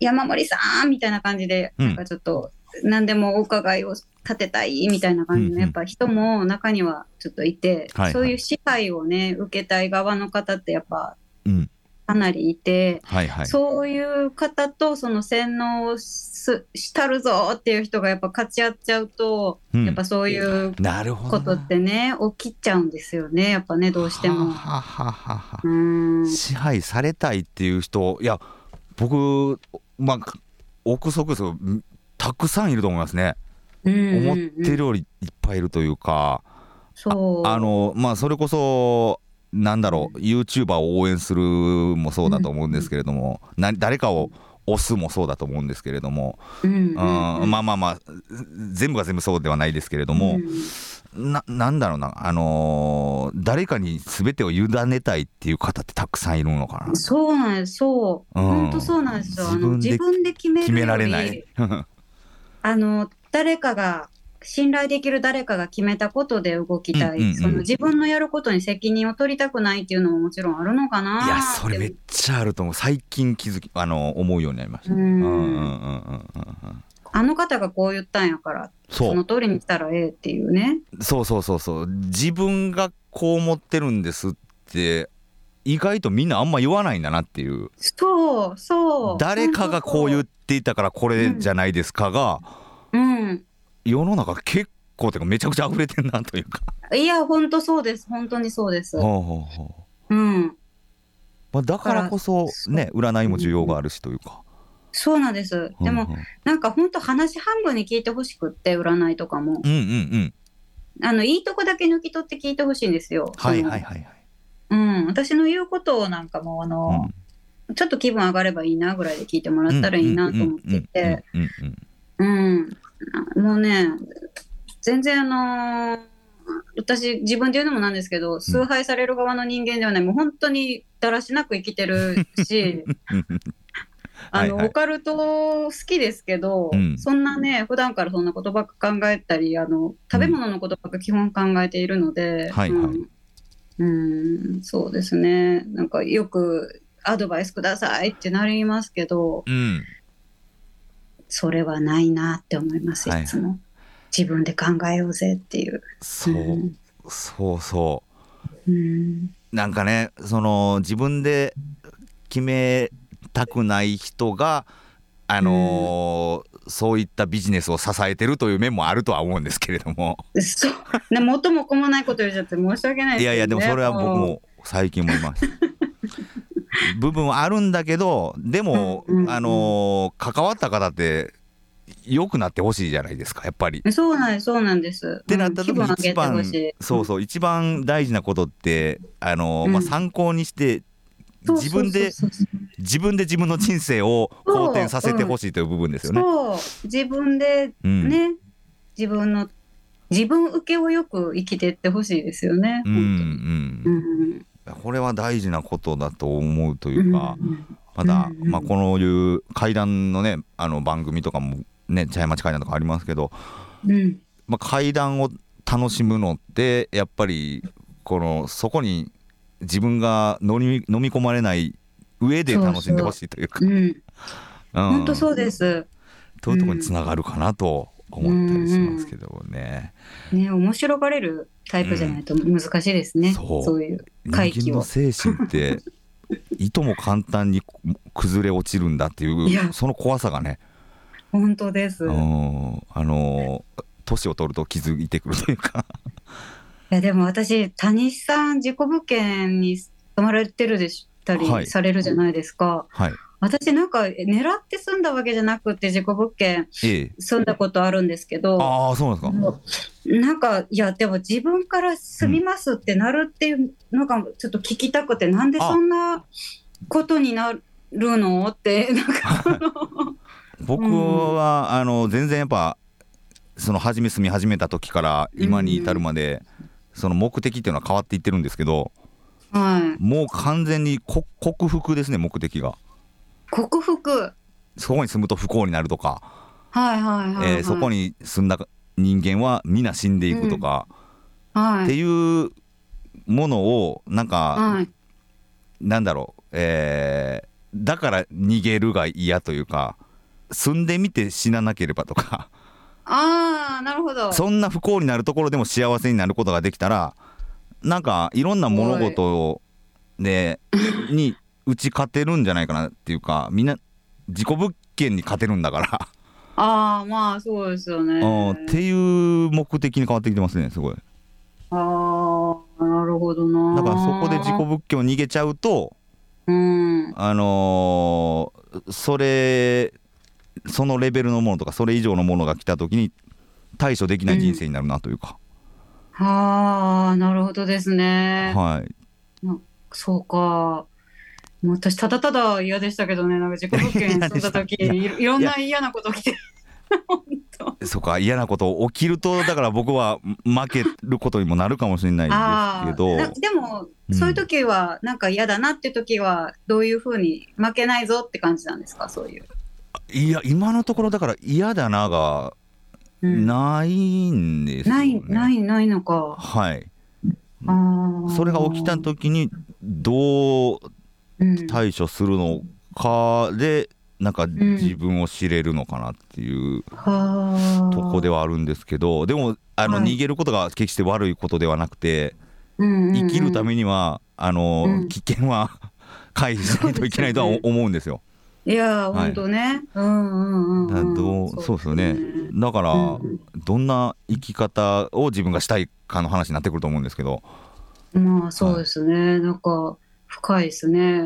[SPEAKER 2] 山森さんみたいな感じで、
[SPEAKER 1] うん
[SPEAKER 2] なんかちょっと何でもお伺いを立てたいみたいな感じの、
[SPEAKER 1] うんうん
[SPEAKER 2] やっぱ人も中にはちょっといて、
[SPEAKER 1] はいはい
[SPEAKER 2] そういう支配をね受けたい側の方ってやっぱ
[SPEAKER 1] うん
[SPEAKER 2] かなりいて、
[SPEAKER 1] はいはい。
[SPEAKER 2] そういう方とその洗脳をすしたるぞっていう人がやっぱ勝ち合っちゃうと、
[SPEAKER 1] うん
[SPEAKER 2] やっぱそういう
[SPEAKER 1] なるほど
[SPEAKER 2] こ
[SPEAKER 1] な。
[SPEAKER 2] とってね起きちゃうんですよねやっぱねどうしても。
[SPEAKER 1] はははは
[SPEAKER 2] うーん
[SPEAKER 1] 支配されたいっていう人いや僕まあ憶測ですよたくさんいると思いますね。思ってるよりいっぱいいるというか、
[SPEAKER 2] そう
[SPEAKER 1] あのまあそれこそなんだろう YouTuber を応援するもそうだと思うんですけれども、な誰かを押すもそうだと思うんですけれども、
[SPEAKER 2] うんうんうん
[SPEAKER 1] うんまあまあまあ全部が全部そうではないですけれども、
[SPEAKER 2] うん
[SPEAKER 1] ななんだろうな、あのー誰かに全てを委ねたいっていう方ってたくさんいるのか
[SPEAKER 2] そうなんですそう
[SPEAKER 1] うん
[SPEAKER 2] 本当そうなんですよあの
[SPEAKER 1] 自
[SPEAKER 2] 自
[SPEAKER 1] 分
[SPEAKER 2] 分で決め
[SPEAKER 1] な
[SPEAKER 2] る
[SPEAKER 1] 決められ
[SPEAKER 2] より
[SPEAKER 1] ない。
[SPEAKER 2] あの誰かが信頼できる誰かが決めたことで動きたい、
[SPEAKER 1] うんうんうん
[SPEAKER 2] その自分のやることに責任を取りたくないっていうのももちろんあるのかなーっ
[SPEAKER 1] い
[SPEAKER 2] て
[SPEAKER 1] やそれめっちゃあると思う最近気づき、あの思うようになりました。
[SPEAKER 2] う
[SPEAKER 1] うん
[SPEAKER 2] ん
[SPEAKER 1] うんうんうんうんうん
[SPEAKER 2] あの方がこう言ったんやから
[SPEAKER 1] そ
[SPEAKER 2] そうの通りにしたらええっていうね。
[SPEAKER 1] そうそうそうそう自分がこう思ってるんですって意外とみんなあんま言わないんだなっていう
[SPEAKER 2] そうそう。
[SPEAKER 1] 誰かがこう言っていたからこれじゃないですかが、
[SPEAKER 2] うん。
[SPEAKER 1] 世の中結構てかめちゃくちゃ溢れてんなという か。
[SPEAKER 2] いや本当そうです本当にそうです。
[SPEAKER 1] ほうほうほう
[SPEAKER 2] うん。
[SPEAKER 1] まあ、だからこそ
[SPEAKER 2] そう
[SPEAKER 1] ね占いも需要があるしというか。
[SPEAKER 2] そうなんです。でも、なんか本当話半分に聞いてほしくって占いとかも
[SPEAKER 1] うんうんうん、
[SPEAKER 2] あのいいとこだけ抜き取って聞いてほしいんですよ。
[SPEAKER 1] はいはいはいはい。
[SPEAKER 2] そのうん私の言うことをなんかもうあの、ちょっと気分上がればいいなぐらいで聞いてもらったらいいなと思ってて。
[SPEAKER 1] うんうんうん
[SPEAKER 2] うん、もうね、全然あのー私自分で言うのもなんですけど、崇拝される側の人間ではない、もう本当にだらしなく生きてる し、
[SPEAKER 1] うんうん
[SPEAKER 2] あ
[SPEAKER 1] はい
[SPEAKER 2] の
[SPEAKER 1] はい
[SPEAKER 2] オカルト好きですけど、
[SPEAKER 1] うん
[SPEAKER 2] そんなね、普段からそんなことばっか考えたり、あの食べ物のことばっか基本考えているので、
[SPEAKER 1] はい
[SPEAKER 2] うん
[SPEAKER 1] はい
[SPEAKER 2] うん、そうですね、なんかよくアドバイスくださいってなりますけど、
[SPEAKER 1] うん
[SPEAKER 2] それはないなって思います、
[SPEAKER 1] はい
[SPEAKER 2] いつも。自分で考えようぜっていう。
[SPEAKER 1] そう
[SPEAKER 2] うん
[SPEAKER 1] そうそ
[SPEAKER 2] うん
[SPEAKER 1] うなんかねその自分で決めたくない人があのーそういったビジネスを支えてるという面もあるとは思うんですけれども
[SPEAKER 2] そうね、元も子もないこと言っちゃって申し訳ない
[SPEAKER 1] い
[SPEAKER 2] ですけどね
[SPEAKER 1] やいやでもそれは僕も最近思いま した。部分はあるんだけどでも、
[SPEAKER 2] うんうんうん
[SPEAKER 1] あのー関わった方って良くなってほしいじゃないですかやっぱり。
[SPEAKER 2] そうなんですそうなんです。
[SPEAKER 1] ってなった
[SPEAKER 2] うん
[SPEAKER 1] 時
[SPEAKER 2] 気分上
[SPEAKER 1] 一
[SPEAKER 2] げてほ
[SPEAKER 1] 番
[SPEAKER 2] しい。
[SPEAKER 1] そうそう一番大事なことってあの、
[SPEAKER 2] うん
[SPEAKER 1] まあ、参考にして
[SPEAKER 2] そう
[SPEAKER 1] 自分で
[SPEAKER 2] そうそうそう
[SPEAKER 1] 自分で自分の人生を好転させてほしいという部分ですよね。
[SPEAKER 2] そう自分で
[SPEAKER 1] うん
[SPEAKER 2] ね、自分の自分受けをよく生きてってほしいですよね。
[SPEAKER 1] うん
[SPEAKER 2] う
[SPEAKER 1] うん
[SPEAKER 2] ん
[SPEAKER 1] これは大事なことだと思うと
[SPEAKER 2] う
[SPEAKER 1] い
[SPEAKER 2] ん
[SPEAKER 1] うか、まだ、
[SPEAKER 2] うん
[SPEAKER 1] まあ、こういう階段のねあの番組とかもね茶屋町階段とかありますけど、
[SPEAKER 2] うん
[SPEAKER 1] まあ、階段を楽しむのってやっぱりこのそこに自分が乗り飲み込まれない上で楽しんでほしいというか
[SPEAKER 2] うん
[SPEAKER 1] うん
[SPEAKER 2] 本当そうです。
[SPEAKER 1] というところにつながるかなと思ったりしますけどね。
[SPEAKER 2] ね面白がれるタイプじゃないと難しいですね。
[SPEAKER 1] うんそ
[SPEAKER 2] そうういう回
[SPEAKER 1] 人
[SPEAKER 2] 帰
[SPEAKER 1] 間
[SPEAKER 2] を
[SPEAKER 1] の。精神っていとも簡単に崩れ落ちるんだってい
[SPEAKER 2] いや
[SPEAKER 1] うその怖さがね、
[SPEAKER 2] 本当です。
[SPEAKER 1] う
[SPEAKER 2] い
[SPEAKER 1] ん、あの年を取ると気づいてくるというか、
[SPEAKER 2] やでも私谷さん事故物件に泊まられてるでした
[SPEAKER 1] はい
[SPEAKER 2] りされるじゃないですか。
[SPEAKER 1] はい、
[SPEAKER 2] 私なんかえ狙って住んだわけじゃなくて事故物件
[SPEAKER 1] ええ、
[SPEAKER 2] 住んだことあるんですけど。
[SPEAKER 1] ああそうなんですか。
[SPEAKER 2] もうなんかいやでも自分から住みますってなるっていうのがちょっと聞きたくて、なんでそんなことになるのってなんかその
[SPEAKER 1] 僕は、あの全然やっぱその初め住み始めた時から今に至るまで、その目的っていうのは変わっていってるんですけど
[SPEAKER 2] はい
[SPEAKER 1] もう完全にこ克服ですね目的が。
[SPEAKER 2] 克服
[SPEAKER 1] そこに住むと不幸になるとか、
[SPEAKER 2] はいはいはい、はい
[SPEAKER 1] えーそこ
[SPEAKER 2] に、
[SPEAKER 1] に住んだ人間は皆死んでいくとか、
[SPEAKER 2] は
[SPEAKER 1] って
[SPEAKER 2] い
[SPEAKER 1] いうものをなんか、
[SPEAKER 2] はい、
[SPEAKER 1] なんだろう、えーだから逃げるが嫌というか住んでみて死ななければとか
[SPEAKER 2] ああなるほど
[SPEAKER 1] そんな不幸になるところでも幸せになることができたらなんかいろんな物事を でに打ち勝てるんじゃないかなっていうかみんな自己物件に勝てるんだから。
[SPEAKER 2] ああまあそうですよ
[SPEAKER 1] あ
[SPEAKER 2] ね
[SPEAKER 1] ー っていう目的に変わってきてますねすごい
[SPEAKER 2] ああなるほどな
[SPEAKER 1] だからそこで事故物件を逃げちゃうと
[SPEAKER 2] うん
[SPEAKER 1] あのーそれそのレベルのものとかそれ以上のものが来た時に対処できない人生になるなというか、
[SPEAKER 2] ああなるほどですね
[SPEAKER 1] はい
[SPEAKER 2] そうか。もう私ただただ嫌でしたけどね、なんか自 己物件住んだ時
[SPEAKER 1] いや
[SPEAKER 2] いろいろんな嫌なこと起きて。本当。
[SPEAKER 1] そうか嫌なこと起きるとだから僕は負けることにもなるかもしれ ない
[SPEAKER 2] あ
[SPEAKER 1] んで
[SPEAKER 2] あ
[SPEAKER 1] すけど
[SPEAKER 2] ー、なでも、
[SPEAKER 1] うん
[SPEAKER 2] そういう時はなんか嫌だなって時はどういうふうに負けないぞって感じなんですか、そういう。
[SPEAKER 1] いや今のところだから嫌だなが
[SPEAKER 2] うん
[SPEAKER 1] ないんですよ、
[SPEAKER 2] な
[SPEAKER 1] ね
[SPEAKER 2] いないないのか。
[SPEAKER 1] はい
[SPEAKER 2] あー
[SPEAKER 1] それが起きた、時にどう
[SPEAKER 2] うん、
[SPEAKER 1] 対処するのかでなんか
[SPEAKER 2] ん
[SPEAKER 1] 自分を知れるのかなっていう
[SPEAKER 2] は
[SPEAKER 1] とこではあるんですけどでもあの
[SPEAKER 2] はい
[SPEAKER 1] 逃げることが決して悪いことではなくて
[SPEAKER 2] 生
[SPEAKER 1] 生きるためにはあ
[SPEAKER 2] う
[SPEAKER 1] の
[SPEAKER 2] ん
[SPEAKER 1] 危険は 回避しないといけないとは
[SPEAKER 2] そうです
[SPEAKER 1] 思うんですよ。
[SPEAKER 2] いやー、
[SPEAKER 1] はい
[SPEAKER 2] 本当ね。うんうんうん、うん。
[SPEAKER 1] だどうそうですよね
[SPEAKER 2] うん
[SPEAKER 1] だから
[SPEAKER 2] うん
[SPEAKER 1] どんな生き方を自分がしたいかの話になってくると思うんですけど
[SPEAKER 2] まあそうですね、なんか深いです ね。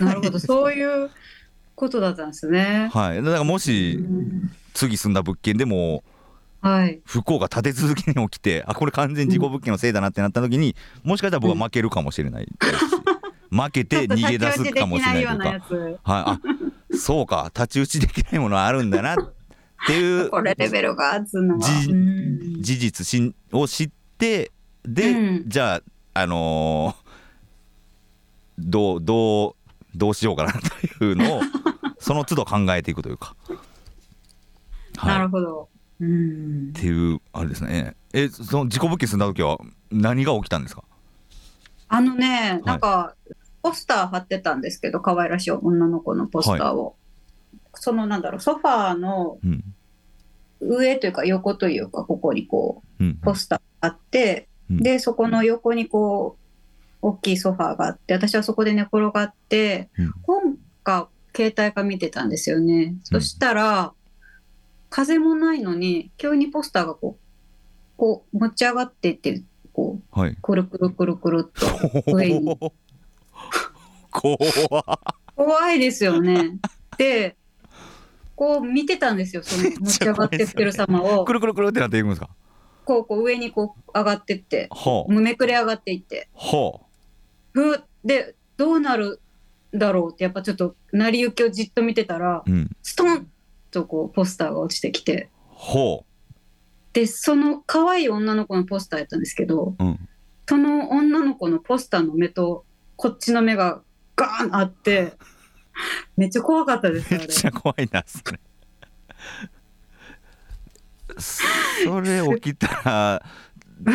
[SPEAKER 2] なるほど、そういうことだったんですね。
[SPEAKER 1] はいだからもし
[SPEAKER 2] うん
[SPEAKER 1] 次住んだ物件でも
[SPEAKER 2] はい、
[SPEAKER 1] 不幸が立て続けに起きてあこれ完全に事故物件のせいだなってなった時にもしかしたら僕は負けるかもしれないです し負けて逃げ出すかもしれないというかはい
[SPEAKER 2] ちょっと太刀打ちできな
[SPEAKER 1] あそうか太刀打ちでき
[SPEAKER 2] いようなや
[SPEAKER 1] ないものはあるんだなってい
[SPEAKER 2] つ。
[SPEAKER 1] う
[SPEAKER 2] これレベルがつうのは。
[SPEAKER 1] じ
[SPEAKER 2] うん
[SPEAKER 1] 事実しんを知ってで、
[SPEAKER 2] うん
[SPEAKER 1] じゃああのーどうどうどうしようかなというのをその都度考えていくというか。はい
[SPEAKER 2] なるほど。うん
[SPEAKER 1] っ。ていうあれですねえその事故物件住んだ時は何が起きたんですか
[SPEAKER 2] あのね、なんかポスター貼ってたんですけど、可愛らしい女の子のポスターを。そのなんだろうソファーの
[SPEAKER 1] うん
[SPEAKER 2] 上というか横というかここにこう
[SPEAKER 1] うん
[SPEAKER 2] ポスターあって、
[SPEAKER 1] うん
[SPEAKER 2] でそこの横にこう大きいソファーがあって私はそこで寝転がって、
[SPEAKER 1] うん
[SPEAKER 2] 本か携帯か見てたんですよね、そしたら風もないのに急にポスターがこうこう持ち上がっていってこう
[SPEAKER 1] はい。
[SPEAKER 2] くるくるくるくるっと上に
[SPEAKER 1] 怖っ
[SPEAKER 2] 怖いですよね。でこう見てたんですよそ の持ち上がってってる様を
[SPEAKER 1] くるくるくるってなっていくんですか
[SPEAKER 2] こうこう上にこう上がってって
[SPEAKER 1] ほう
[SPEAKER 2] もうめくれ上がっていって
[SPEAKER 1] ほ
[SPEAKER 2] ふうでどうなるだろうってやっぱちょっと成り行きをじっと見てたら
[SPEAKER 1] ううん
[SPEAKER 2] ストンとこうポスターが落ちてきて
[SPEAKER 1] ほ
[SPEAKER 2] でその可愛い女の子のポスターやったんですけど
[SPEAKER 1] ううん
[SPEAKER 2] その女の子のポスターの目とこっちの目がガーンあ ってめっちゃ怖かったです
[SPEAKER 1] め
[SPEAKER 2] あ
[SPEAKER 1] っ
[SPEAKER 2] れ
[SPEAKER 1] ちゃ怖いなそれそれ起きたら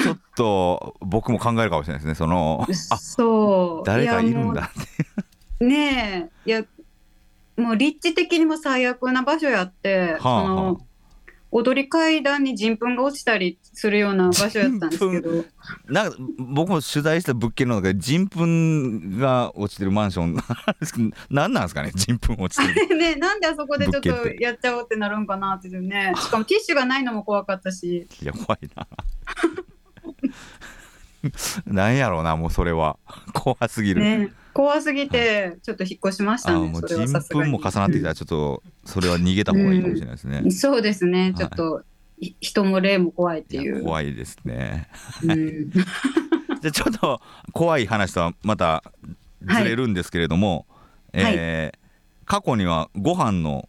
[SPEAKER 1] ちょっと僕も考えるかもしれないですねそのあ
[SPEAKER 2] そう
[SPEAKER 1] 誰かいる
[SPEAKER 2] やも
[SPEAKER 1] ん
[SPEAKER 2] う
[SPEAKER 1] だって
[SPEAKER 2] ねえいやもう立地的にも最悪な場所やって、
[SPEAKER 1] はあ
[SPEAKER 2] そ
[SPEAKER 1] はあ
[SPEAKER 2] の踊り階段に人糞が落ちたりするような場所やったんです けど
[SPEAKER 1] なんか僕も取材した物件の中で人糞が落ちてるマンションなんですけど何なん ですかね人糞落ちてる
[SPEAKER 2] ねえなんであそこでちょっと
[SPEAKER 1] 物件っ
[SPEAKER 2] やっちゃおうってなるんかなっていうねしかもティッシュがないのも怖かったし
[SPEAKER 1] いや怖いななんやろうなもうそれは怖すぎる、
[SPEAKER 2] ねえ怖すぎてちょっと引っ越しまし
[SPEAKER 1] あ
[SPEAKER 2] たね
[SPEAKER 1] もう
[SPEAKER 2] そ
[SPEAKER 1] 人
[SPEAKER 2] れはさすが
[SPEAKER 1] 糞
[SPEAKER 2] に
[SPEAKER 1] も重なってきたらちょっとそれは逃げた方がいいかもしれないですね、
[SPEAKER 2] うんそうですね、
[SPEAKER 1] い
[SPEAKER 2] ちょっとい人も霊も怖いって
[SPEAKER 1] い
[SPEAKER 2] い
[SPEAKER 1] や
[SPEAKER 2] う
[SPEAKER 1] 怖いですね
[SPEAKER 2] うん、
[SPEAKER 1] じゃあちょっと怖い話とはまたずれるんですけれども、
[SPEAKER 2] はい
[SPEAKER 1] えー過去にはご飯の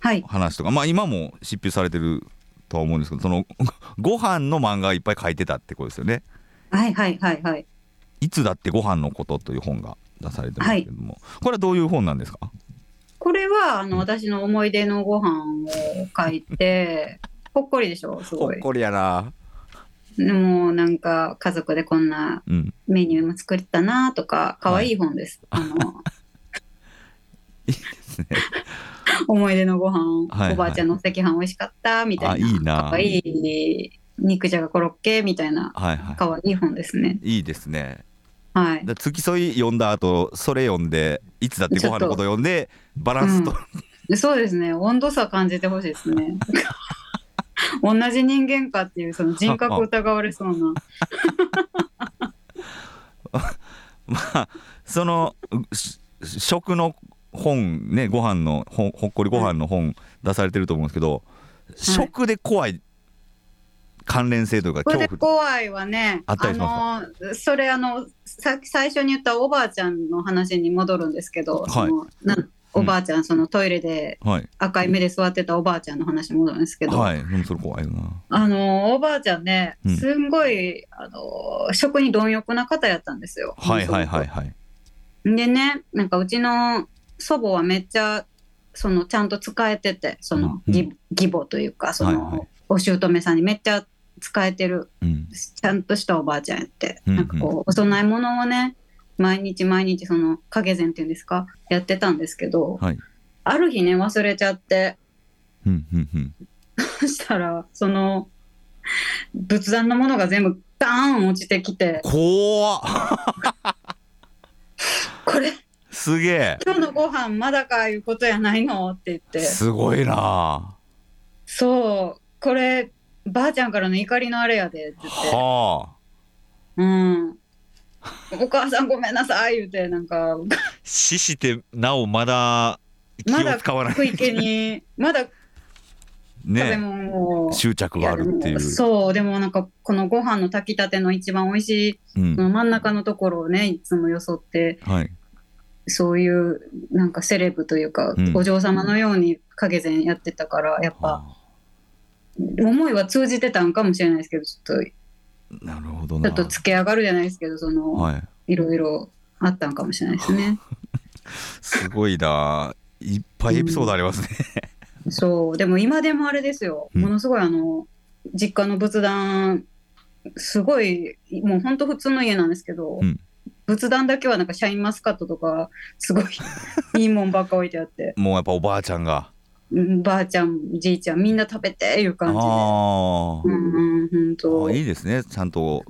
[SPEAKER 2] はい
[SPEAKER 1] 話とかまあ今も執筆されてるとは思うんですけどその ご飯の漫画をいっぱい書いてたってことですよね
[SPEAKER 2] はいはいはいはい
[SPEAKER 1] 「いつだってご飯のこと」という本が出されてますけれども、これはどういう本なんですか
[SPEAKER 2] これはあの私の思い出のご飯を書い てほっこりでしょすごい
[SPEAKER 1] こりやな
[SPEAKER 2] でもなんか家族でこんな
[SPEAKER 1] うん
[SPEAKER 2] メニューも作ったなとか可愛い本です、 あの
[SPEAKER 1] いいですね
[SPEAKER 2] 思い出のご
[SPEAKER 1] は
[SPEAKER 2] 飯、
[SPEAKER 1] いはい
[SPEAKER 2] おばあちゃんのお赤飯美味しかったみた
[SPEAKER 1] あ
[SPEAKER 2] い
[SPEAKER 1] い
[SPEAKER 2] ない
[SPEAKER 1] な
[SPEAKER 2] 可愛い肉じゃがコロッケみたいな
[SPEAKER 1] はいは
[SPEAKER 2] 可愛い本ですね
[SPEAKER 1] いいいですね
[SPEAKER 2] はい
[SPEAKER 1] だ付き添い読んだ後それ読んでいつだってご飯のこと読んでバランスと、
[SPEAKER 2] うでそうですね温度差感じてほしいで すね同じ人間かっていうその人格疑われそうな
[SPEAKER 1] まあそのうし食の本ねご飯のほほっこりご飯の本出されてると思うんですけど、食で怖い関連性というか
[SPEAKER 2] これで
[SPEAKER 1] 恐怖
[SPEAKER 2] 怖いはね、
[SPEAKER 1] あったりし
[SPEAKER 2] のそれあのさ最初に言ったおばあちゃんの話に戻るんですけど、
[SPEAKER 1] はい
[SPEAKER 2] そのなおばあちゃん、そのトイレで
[SPEAKER 1] はい
[SPEAKER 2] 赤い目で座ってたおばあちゃんの話に戻るんですけど、
[SPEAKER 1] はいでもそれ怖いよな
[SPEAKER 2] あのおばあちゃんね
[SPEAKER 1] うん
[SPEAKER 2] すんごい、あの食に貪欲な方やったんですよ。
[SPEAKER 1] はいはいはいはい
[SPEAKER 2] でねなんかうちの祖母はめっちゃそのちゃんと使えててその
[SPEAKER 1] うん
[SPEAKER 2] 義,、義母というかその、
[SPEAKER 1] はいはい
[SPEAKER 2] お姑さんにめっちゃ使えてる
[SPEAKER 1] うん
[SPEAKER 2] ちゃんとしたおばあちゃんやって、
[SPEAKER 1] うんうん
[SPEAKER 2] なんかこうお供え物をね毎日毎日その影膳っていうんですかやってたんですけど、
[SPEAKER 1] はい
[SPEAKER 2] ある日ね忘れちゃって
[SPEAKER 1] うんうんうん
[SPEAKER 2] そしたらその仏壇のものが全部ダーン落ちてきて
[SPEAKER 1] 怖っ
[SPEAKER 2] これ
[SPEAKER 1] すげ
[SPEAKER 2] 今日のご飯まだかいうことやないのって言っ
[SPEAKER 1] え
[SPEAKER 2] て
[SPEAKER 1] すごいな
[SPEAKER 2] そうこればあちゃんからの怒りのあれやでって言って。
[SPEAKER 1] はあ
[SPEAKER 2] うんお母さんごめんなさい言うてなんか
[SPEAKER 1] 死してなおまだ気
[SPEAKER 2] まだ
[SPEAKER 1] を使わない
[SPEAKER 2] 食い 気にまだ食べ
[SPEAKER 1] ね
[SPEAKER 2] 物を
[SPEAKER 1] 執着があるってい
[SPEAKER 2] いやでも
[SPEAKER 1] う
[SPEAKER 2] そうでもなんかこのご飯の炊きたての一番美味しい、
[SPEAKER 1] うん
[SPEAKER 2] この真ん中のところをねいつもよそって
[SPEAKER 1] はい
[SPEAKER 2] そういうなんかセレブというか、
[SPEAKER 1] うん
[SPEAKER 2] お嬢様のように影膳やってたからやっぱ、
[SPEAKER 1] は
[SPEAKER 2] 思いは通じてたんかもしれないですけどちょっと
[SPEAKER 1] あなるほど
[SPEAKER 2] ち
[SPEAKER 1] な
[SPEAKER 2] ょっとつけ上がるじゃないですけどその、
[SPEAKER 1] はい
[SPEAKER 2] いろいろあったんかもしれないですね。
[SPEAKER 1] すごいな。いっぱいエピソードありますね。
[SPEAKER 2] そうでも今でもあれですよ、
[SPEAKER 1] うん
[SPEAKER 2] ものすごいあの実家の仏壇すごいもうほんと普通の家なんですけど、
[SPEAKER 1] うん
[SPEAKER 2] 仏壇だけはなんかシャインマスカットとかす ごいいいもんばっか置いてあって
[SPEAKER 1] もうやっぱおばあちゃんが。
[SPEAKER 2] うんばあちゃんじいちゃんみんな食べてい
[SPEAKER 1] あ
[SPEAKER 2] う感じで。
[SPEAKER 1] あ
[SPEAKER 2] う。んうん、本当
[SPEAKER 1] あいいですね。ちゃんとご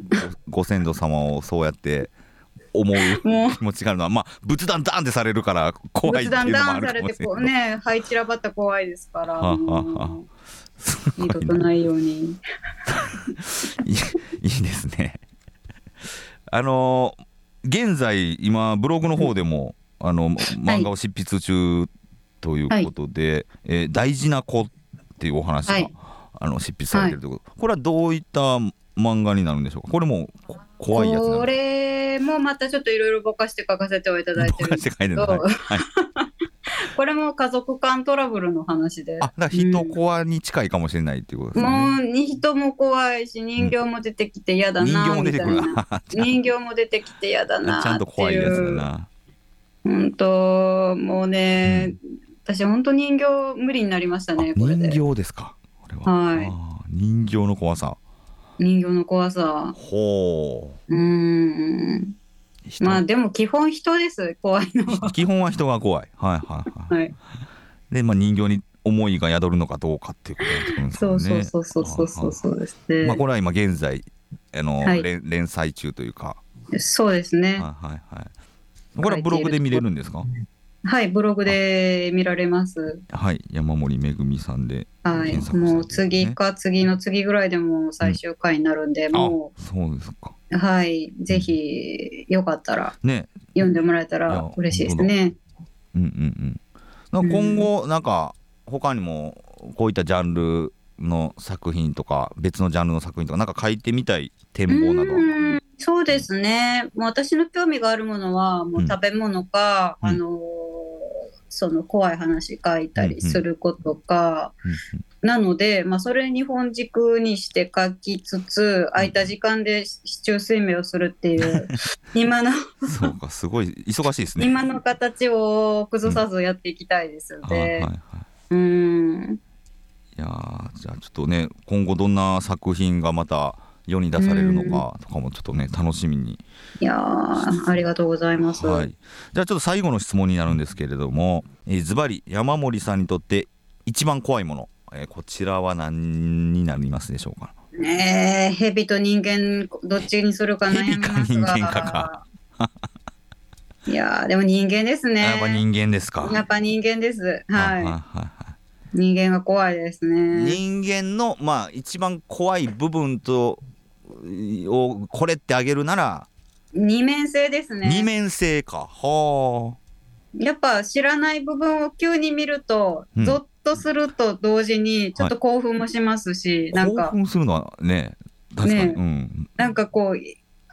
[SPEAKER 1] ご先祖様をそうやって思
[SPEAKER 2] も
[SPEAKER 1] う
[SPEAKER 2] う
[SPEAKER 1] 気持ちがあるのは、まあ仏壇ダーンってされるから怖いっ
[SPEAKER 2] 仏
[SPEAKER 1] ていう
[SPEAKER 2] 壇
[SPEAKER 1] の
[SPEAKER 2] ダ
[SPEAKER 1] も
[SPEAKER 2] ー
[SPEAKER 1] あ
[SPEAKER 2] ン
[SPEAKER 1] るか
[SPEAKER 2] され
[SPEAKER 1] も
[SPEAKER 2] て
[SPEAKER 1] しれ
[SPEAKER 2] こ
[SPEAKER 1] な
[SPEAKER 2] う
[SPEAKER 1] い。
[SPEAKER 2] ねはい散らばった怖いですから
[SPEAKER 1] はあはあはあ
[SPEAKER 2] も
[SPEAKER 1] す
[SPEAKER 2] う二
[SPEAKER 1] ご
[SPEAKER 2] 度
[SPEAKER 1] い
[SPEAKER 2] と
[SPEAKER 1] な。
[SPEAKER 2] ないように
[SPEAKER 1] いいいいですね。あのー現在今ブログの方でもあの漫画を執筆中ということで、えー大事な子っていうお話が、
[SPEAKER 2] はい
[SPEAKER 1] あの執筆されてるということ、これはどういった漫画になるんでしょうかこれもこ怖いやつな
[SPEAKER 2] こ
[SPEAKER 1] んで
[SPEAKER 2] れもまたちょっといろいろぼかして書かせてはいただいて
[SPEAKER 1] ぼ
[SPEAKER 2] るん
[SPEAKER 1] か
[SPEAKER 2] で
[SPEAKER 1] して
[SPEAKER 2] す
[SPEAKER 1] 書
[SPEAKER 2] け
[SPEAKER 1] いてるの
[SPEAKER 2] ど、
[SPEAKER 1] はい、はい、
[SPEAKER 2] これも家族間トラブルの話で
[SPEAKER 1] あだから人コアに近いかもしれないっていうことですね、
[SPEAKER 2] もう人も怖いし人形も出てきて嫌だ
[SPEAKER 1] 人形
[SPEAKER 2] な
[SPEAKER 1] も
[SPEAKER 2] み
[SPEAKER 1] 出
[SPEAKER 2] た
[SPEAKER 1] て
[SPEAKER 2] い
[SPEAKER 1] くる
[SPEAKER 2] な。
[SPEAKER 1] な ち
[SPEAKER 2] 人形も出てきて嫌だな
[SPEAKER 1] ゃん
[SPEAKER 2] って
[SPEAKER 1] と怖いやつだ
[SPEAKER 2] いう
[SPEAKER 1] な
[SPEAKER 2] 本当もうね、私本当人形無理になりましたね
[SPEAKER 1] あ
[SPEAKER 2] これで人
[SPEAKER 1] 人形ですかこれは、
[SPEAKER 2] はい
[SPEAKER 1] あー人形の怖さ
[SPEAKER 2] 形の怖さ
[SPEAKER 1] ほ
[SPEAKER 2] うーん
[SPEAKER 1] う人
[SPEAKER 2] まあでも基本人です怖いの は
[SPEAKER 1] 基本は人が怖いはいはいはい、
[SPEAKER 2] はい
[SPEAKER 1] で、まあ、人形に思いが宿るのかどうかっていうことになってくるんですけ
[SPEAKER 2] そ
[SPEAKER 1] ど
[SPEAKER 2] う
[SPEAKER 1] ね
[SPEAKER 2] そうそうそうそうそうそうです
[SPEAKER 1] あー
[SPEAKER 2] ね、
[SPEAKER 1] まあ、これは今現在あの、
[SPEAKER 2] はい
[SPEAKER 1] 連連載中というか、
[SPEAKER 2] そうですねは
[SPEAKER 1] はいはいはい、これはブログで見れるんですか
[SPEAKER 2] い、ブログで見られます
[SPEAKER 1] はい山森めぐみさんで
[SPEAKER 2] はい
[SPEAKER 1] 検索してみてね
[SPEAKER 2] もう次か次の次ぐらいでもう最終回になるんで、
[SPEAKER 1] あ
[SPEAKER 2] も
[SPEAKER 1] そうですか
[SPEAKER 2] うはいぜひよかったら
[SPEAKER 1] ね
[SPEAKER 2] 読んでもらえた
[SPEAKER 1] い
[SPEAKER 2] ら
[SPEAKER 1] や
[SPEAKER 2] 嬉しいですね
[SPEAKER 1] うんうんうんなんか今後なんか他にもこういったジャンルの作品とか別のジャンルの作品とかなんか書いてみたい展望などは
[SPEAKER 2] うんそうですね。もう私の興味があるものは、もう食べ物か、
[SPEAKER 1] うん
[SPEAKER 2] あのーその怖い話書いたりすることか、
[SPEAKER 1] うんうん
[SPEAKER 2] なので、まあ、それに本軸にして書きつつ、空いた時間で市中睡眠をするっ ていう、今の、
[SPEAKER 1] そうかすごい忙しいですね
[SPEAKER 2] 今の形を崩さずやっていきたいですの
[SPEAKER 1] はいはい
[SPEAKER 2] で
[SPEAKER 1] は、い
[SPEAKER 2] うん、
[SPEAKER 1] いやーじゃあちょっとね今後どんな作品がまた世に出されるのかとかもちょっとね楽しみに、
[SPEAKER 2] いやーありがとうございます。
[SPEAKER 1] はい、じゃあちょっと最後の質問になるんですけれどもえーズバリ山森さんにとって一番怖いもの、えーこちらは何になりますでしょうか
[SPEAKER 2] えー、蛇と人間どっちにするか悩みますが
[SPEAKER 1] 蛇か人間か か
[SPEAKER 2] いやーでも人間ですね
[SPEAKER 1] やっぱ人間ですか
[SPEAKER 2] やっぱ人間ですは
[SPEAKER 1] は
[SPEAKER 2] い、
[SPEAKER 1] いは
[SPEAKER 2] 人間が怖いです
[SPEAKER 1] い
[SPEAKER 2] ね
[SPEAKER 1] 人間のまあ一番怖い部分とをこれってあげるなら、
[SPEAKER 2] 二面性です
[SPEAKER 1] 二
[SPEAKER 2] ね
[SPEAKER 1] 面性かは
[SPEAKER 2] やっぱ知らない部分を急に見ると、
[SPEAKER 1] うん
[SPEAKER 2] ゾッとすると同時にちょっと興奮もしますし、
[SPEAKER 1] あ
[SPEAKER 2] なん
[SPEAKER 1] 興
[SPEAKER 2] か
[SPEAKER 1] 奮するのはね確かに、
[SPEAKER 2] ね
[SPEAKER 1] うん
[SPEAKER 2] なんかこう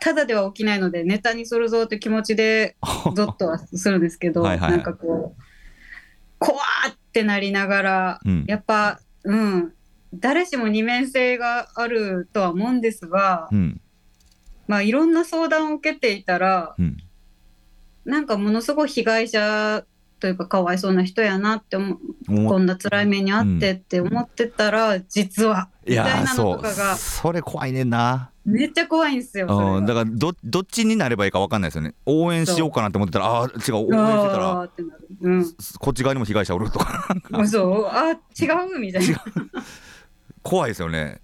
[SPEAKER 2] ただでは起きないのでネタにするぞって気持ちで ゾッとはするんですけど
[SPEAKER 1] はいはいはい
[SPEAKER 2] なんかこう怖ーってなりながら
[SPEAKER 1] うん
[SPEAKER 2] やっぱうん誰しも二面性があるとは思うんですが、
[SPEAKER 1] うん
[SPEAKER 2] まあいろんな相談を受けていたら
[SPEAKER 1] うん
[SPEAKER 2] なんかものすごい被害者というかかわいそうな人やなって思うこ
[SPEAKER 1] 思っ
[SPEAKER 2] んな辛い目にあってって思ってたら、実はいみ
[SPEAKER 1] や
[SPEAKER 2] たい
[SPEAKER 1] ー
[SPEAKER 2] なの
[SPEAKER 1] そ
[SPEAKER 2] と
[SPEAKER 1] う
[SPEAKER 2] かが
[SPEAKER 1] それ怖いねんな
[SPEAKER 2] めっちゃ怖いんですよ。それが
[SPEAKER 1] うんだからどどっちになればいいか分かんないですよね応援しようかなって思ってたらああー違う応援してたら
[SPEAKER 2] あーってなる、うん、
[SPEAKER 1] こっち側にも被害者おるとか
[SPEAKER 2] そうあ違うみたいな
[SPEAKER 1] 怖いですよね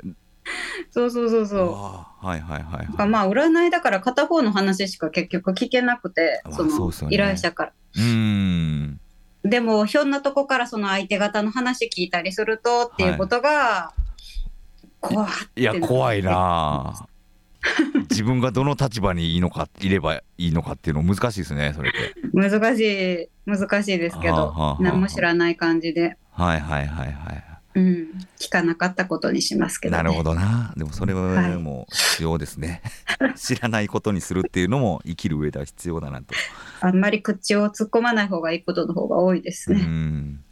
[SPEAKER 2] そうそうそうそう
[SPEAKER 1] あーはいはいはい
[SPEAKER 2] なん
[SPEAKER 1] は
[SPEAKER 2] か
[SPEAKER 1] い、
[SPEAKER 2] まあ占いだから片方の話しか結局聞けなくて
[SPEAKER 1] まあ
[SPEAKER 2] そ
[SPEAKER 1] そう
[SPEAKER 2] の
[SPEAKER 1] っすよね
[SPEAKER 2] 依頼者から。
[SPEAKER 1] うーん
[SPEAKER 2] でもひょんなとこからその相手方の話聞いたりするとっていうことが怖っ
[SPEAKER 1] いや
[SPEAKER 2] ってな
[SPEAKER 1] 怖いな ー自分がどの立場にいいのかいればいいのかっていうの難しいですねそれって
[SPEAKER 2] 難しい難しいですけ
[SPEAKER 1] はあはあはあ
[SPEAKER 2] ど何も知らない感じで、
[SPEAKER 1] はいはいはいはい
[SPEAKER 2] うん、聞かなかったことにしますけど、ね、
[SPEAKER 1] なるほどなでもそれはもう必要ですね、 知らないことにするっていうのも生きる上では必要だなと
[SPEAKER 2] あんまり口を突っ込まない方がいいことの方が多いです
[SPEAKER 1] う
[SPEAKER 2] ね。
[SPEAKER 1] ん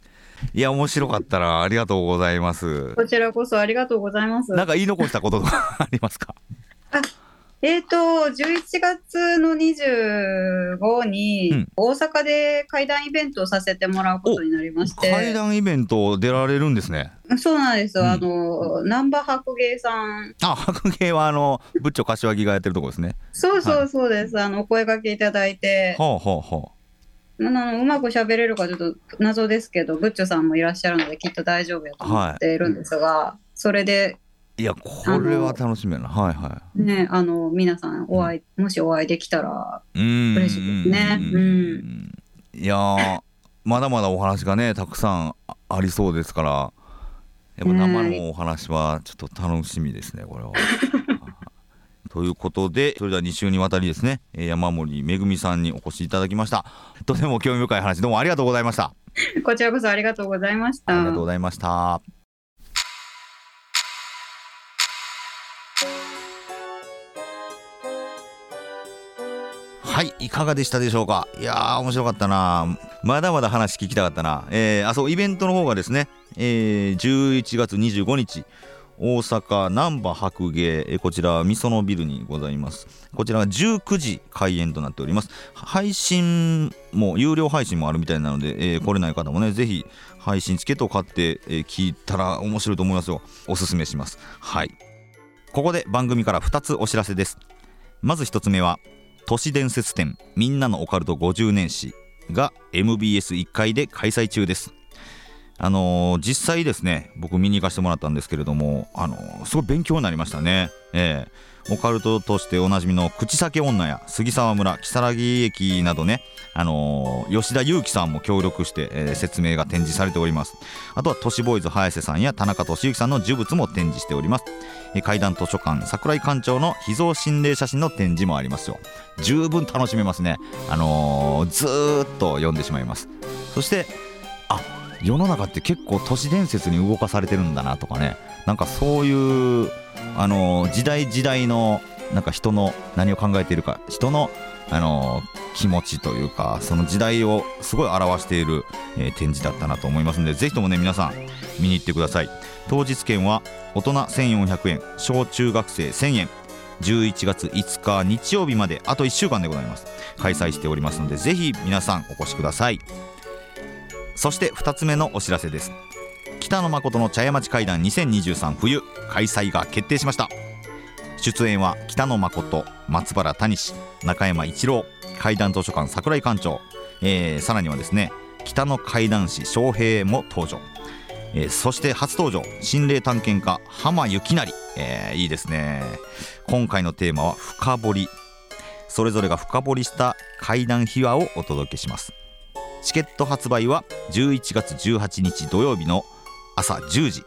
[SPEAKER 1] いや面白かったらありがとうございます
[SPEAKER 2] こちらこそありがとうございます。
[SPEAKER 1] なんか言い残したこととかありますか
[SPEAKER 2] えー、と11月の25に、
[SPEAKER 1] うん
[SPEAKER 2] 大阪で会談イベントをさせてもらうことになりまして
[SPEAKER 1] 会談イベント出られるんですね
[SPEAKER 2] そうなんです、
[SPEAKER 1] うん
[SPEAKER 2] あの難波白芸さん
[SPEAKER 1] あ白芸はあの部長柏木がやってるとこですね
[SPEAKER 2] そうそうそうです、あのお声掛けいただいて
[SPEAKER 1] はあはあは
[SPEAKER 2] あのうまく喋れるかちょっと謎ですけどブッチョさんもいらっしゃるのできっと大丈夫やと思っているんですが、それで
[SPEAKER 1] あいやこれは楽しみやなはいは
[SPEAKER 2] ねあの皆さんお会い、もしお会いできたら
[SPEAKER 1] いうん
[SPEAKER 2] 嬉しいですね
[SPEAKER 1] うんいやーまだまだお話がねたくさんあありそうですからやっぱ生のお話はちょっと楽しみですねこれはということでそれでは2週にわたりですねえー山森めぐみさんにお越しいただきましたとても興味深い話どうもありがとうございました
[SPEAKER 2] こちらこそありがとうございまし
[SPEAKER 1] ありが
[SPEAKER 2] た
[SPEAKER 1] とう。ございましたはいいかがでしたでしょうかいやー面白かったなまだまだ話聞きたかったなえーあそうイベントの方がですねえー11月25日大阪難波白芸えーこちらみそのビルにございますこちらが19時開演となっております配信も有料配信もあるみたいなので、えー来れない方もねぜひ配信チケットを買って、えー聞いたら面白いと思いますよおすすめしますはいここで番組から2つお知らせですまず1つ目は都市伝説展みんなのオカルト50年史が MBS1 階で開催中ですあのー実際ですね僕見に行かせてもらったんですけれどもあのーすごい勉強になりましたねええオカルトとしておなじみの口裂け女や杉沢村木更木駅などねあのー吉田裕樹さんも協力して、えー説明が展示されておりますあとは都市ボーイズ早瀬さんや田中俊之さんの呪物も展示しております、えー、階段図書館桜井館長の秘蔵心霊写真の展示もありますよ十分楽しめますねあのーずーっと読んでしまいますそしてあ世の中って結構都市伝説に動かされてるんだなとかねなんかそういうあの時代時代のなんか人の何を考えているか人のあの気持ちというかその時代をすごい表している、えー展示だったなと思いますのでぜひともね皆さん見に行ってください当日券は大人1400円小中学生1000円11月5日日曜日まであと1週間でございます開催しておりますのでぜひ皆さんお越しくださいそして2つ目のお知らせです北野誠の茶屋町会談2023冬開催が決定しました出演は北野誠松原谷志中山一郎会談図書館桜井館長、えーさらにはですね北野会談師翔平も登場、えーそして初登場心霊探検家浜幸成、えーいいですね今回のテーマは深掘りそれぞれが深掘りした怪談秘話をお届けしますチケット発売は11月18日土曜日の朝10時、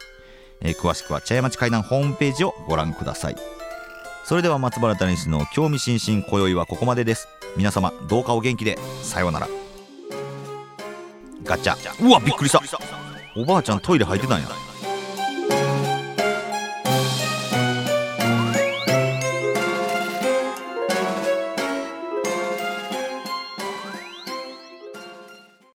[SPEAKER 1] えー詳しくは茶屋町会談ホームページをご覧くださいそれでは松原谷氏の興味津々今宵はここまでです皆様どうかお元気でさようならガチャうわびっくりしたおばあちゃんトイレ入ってたんや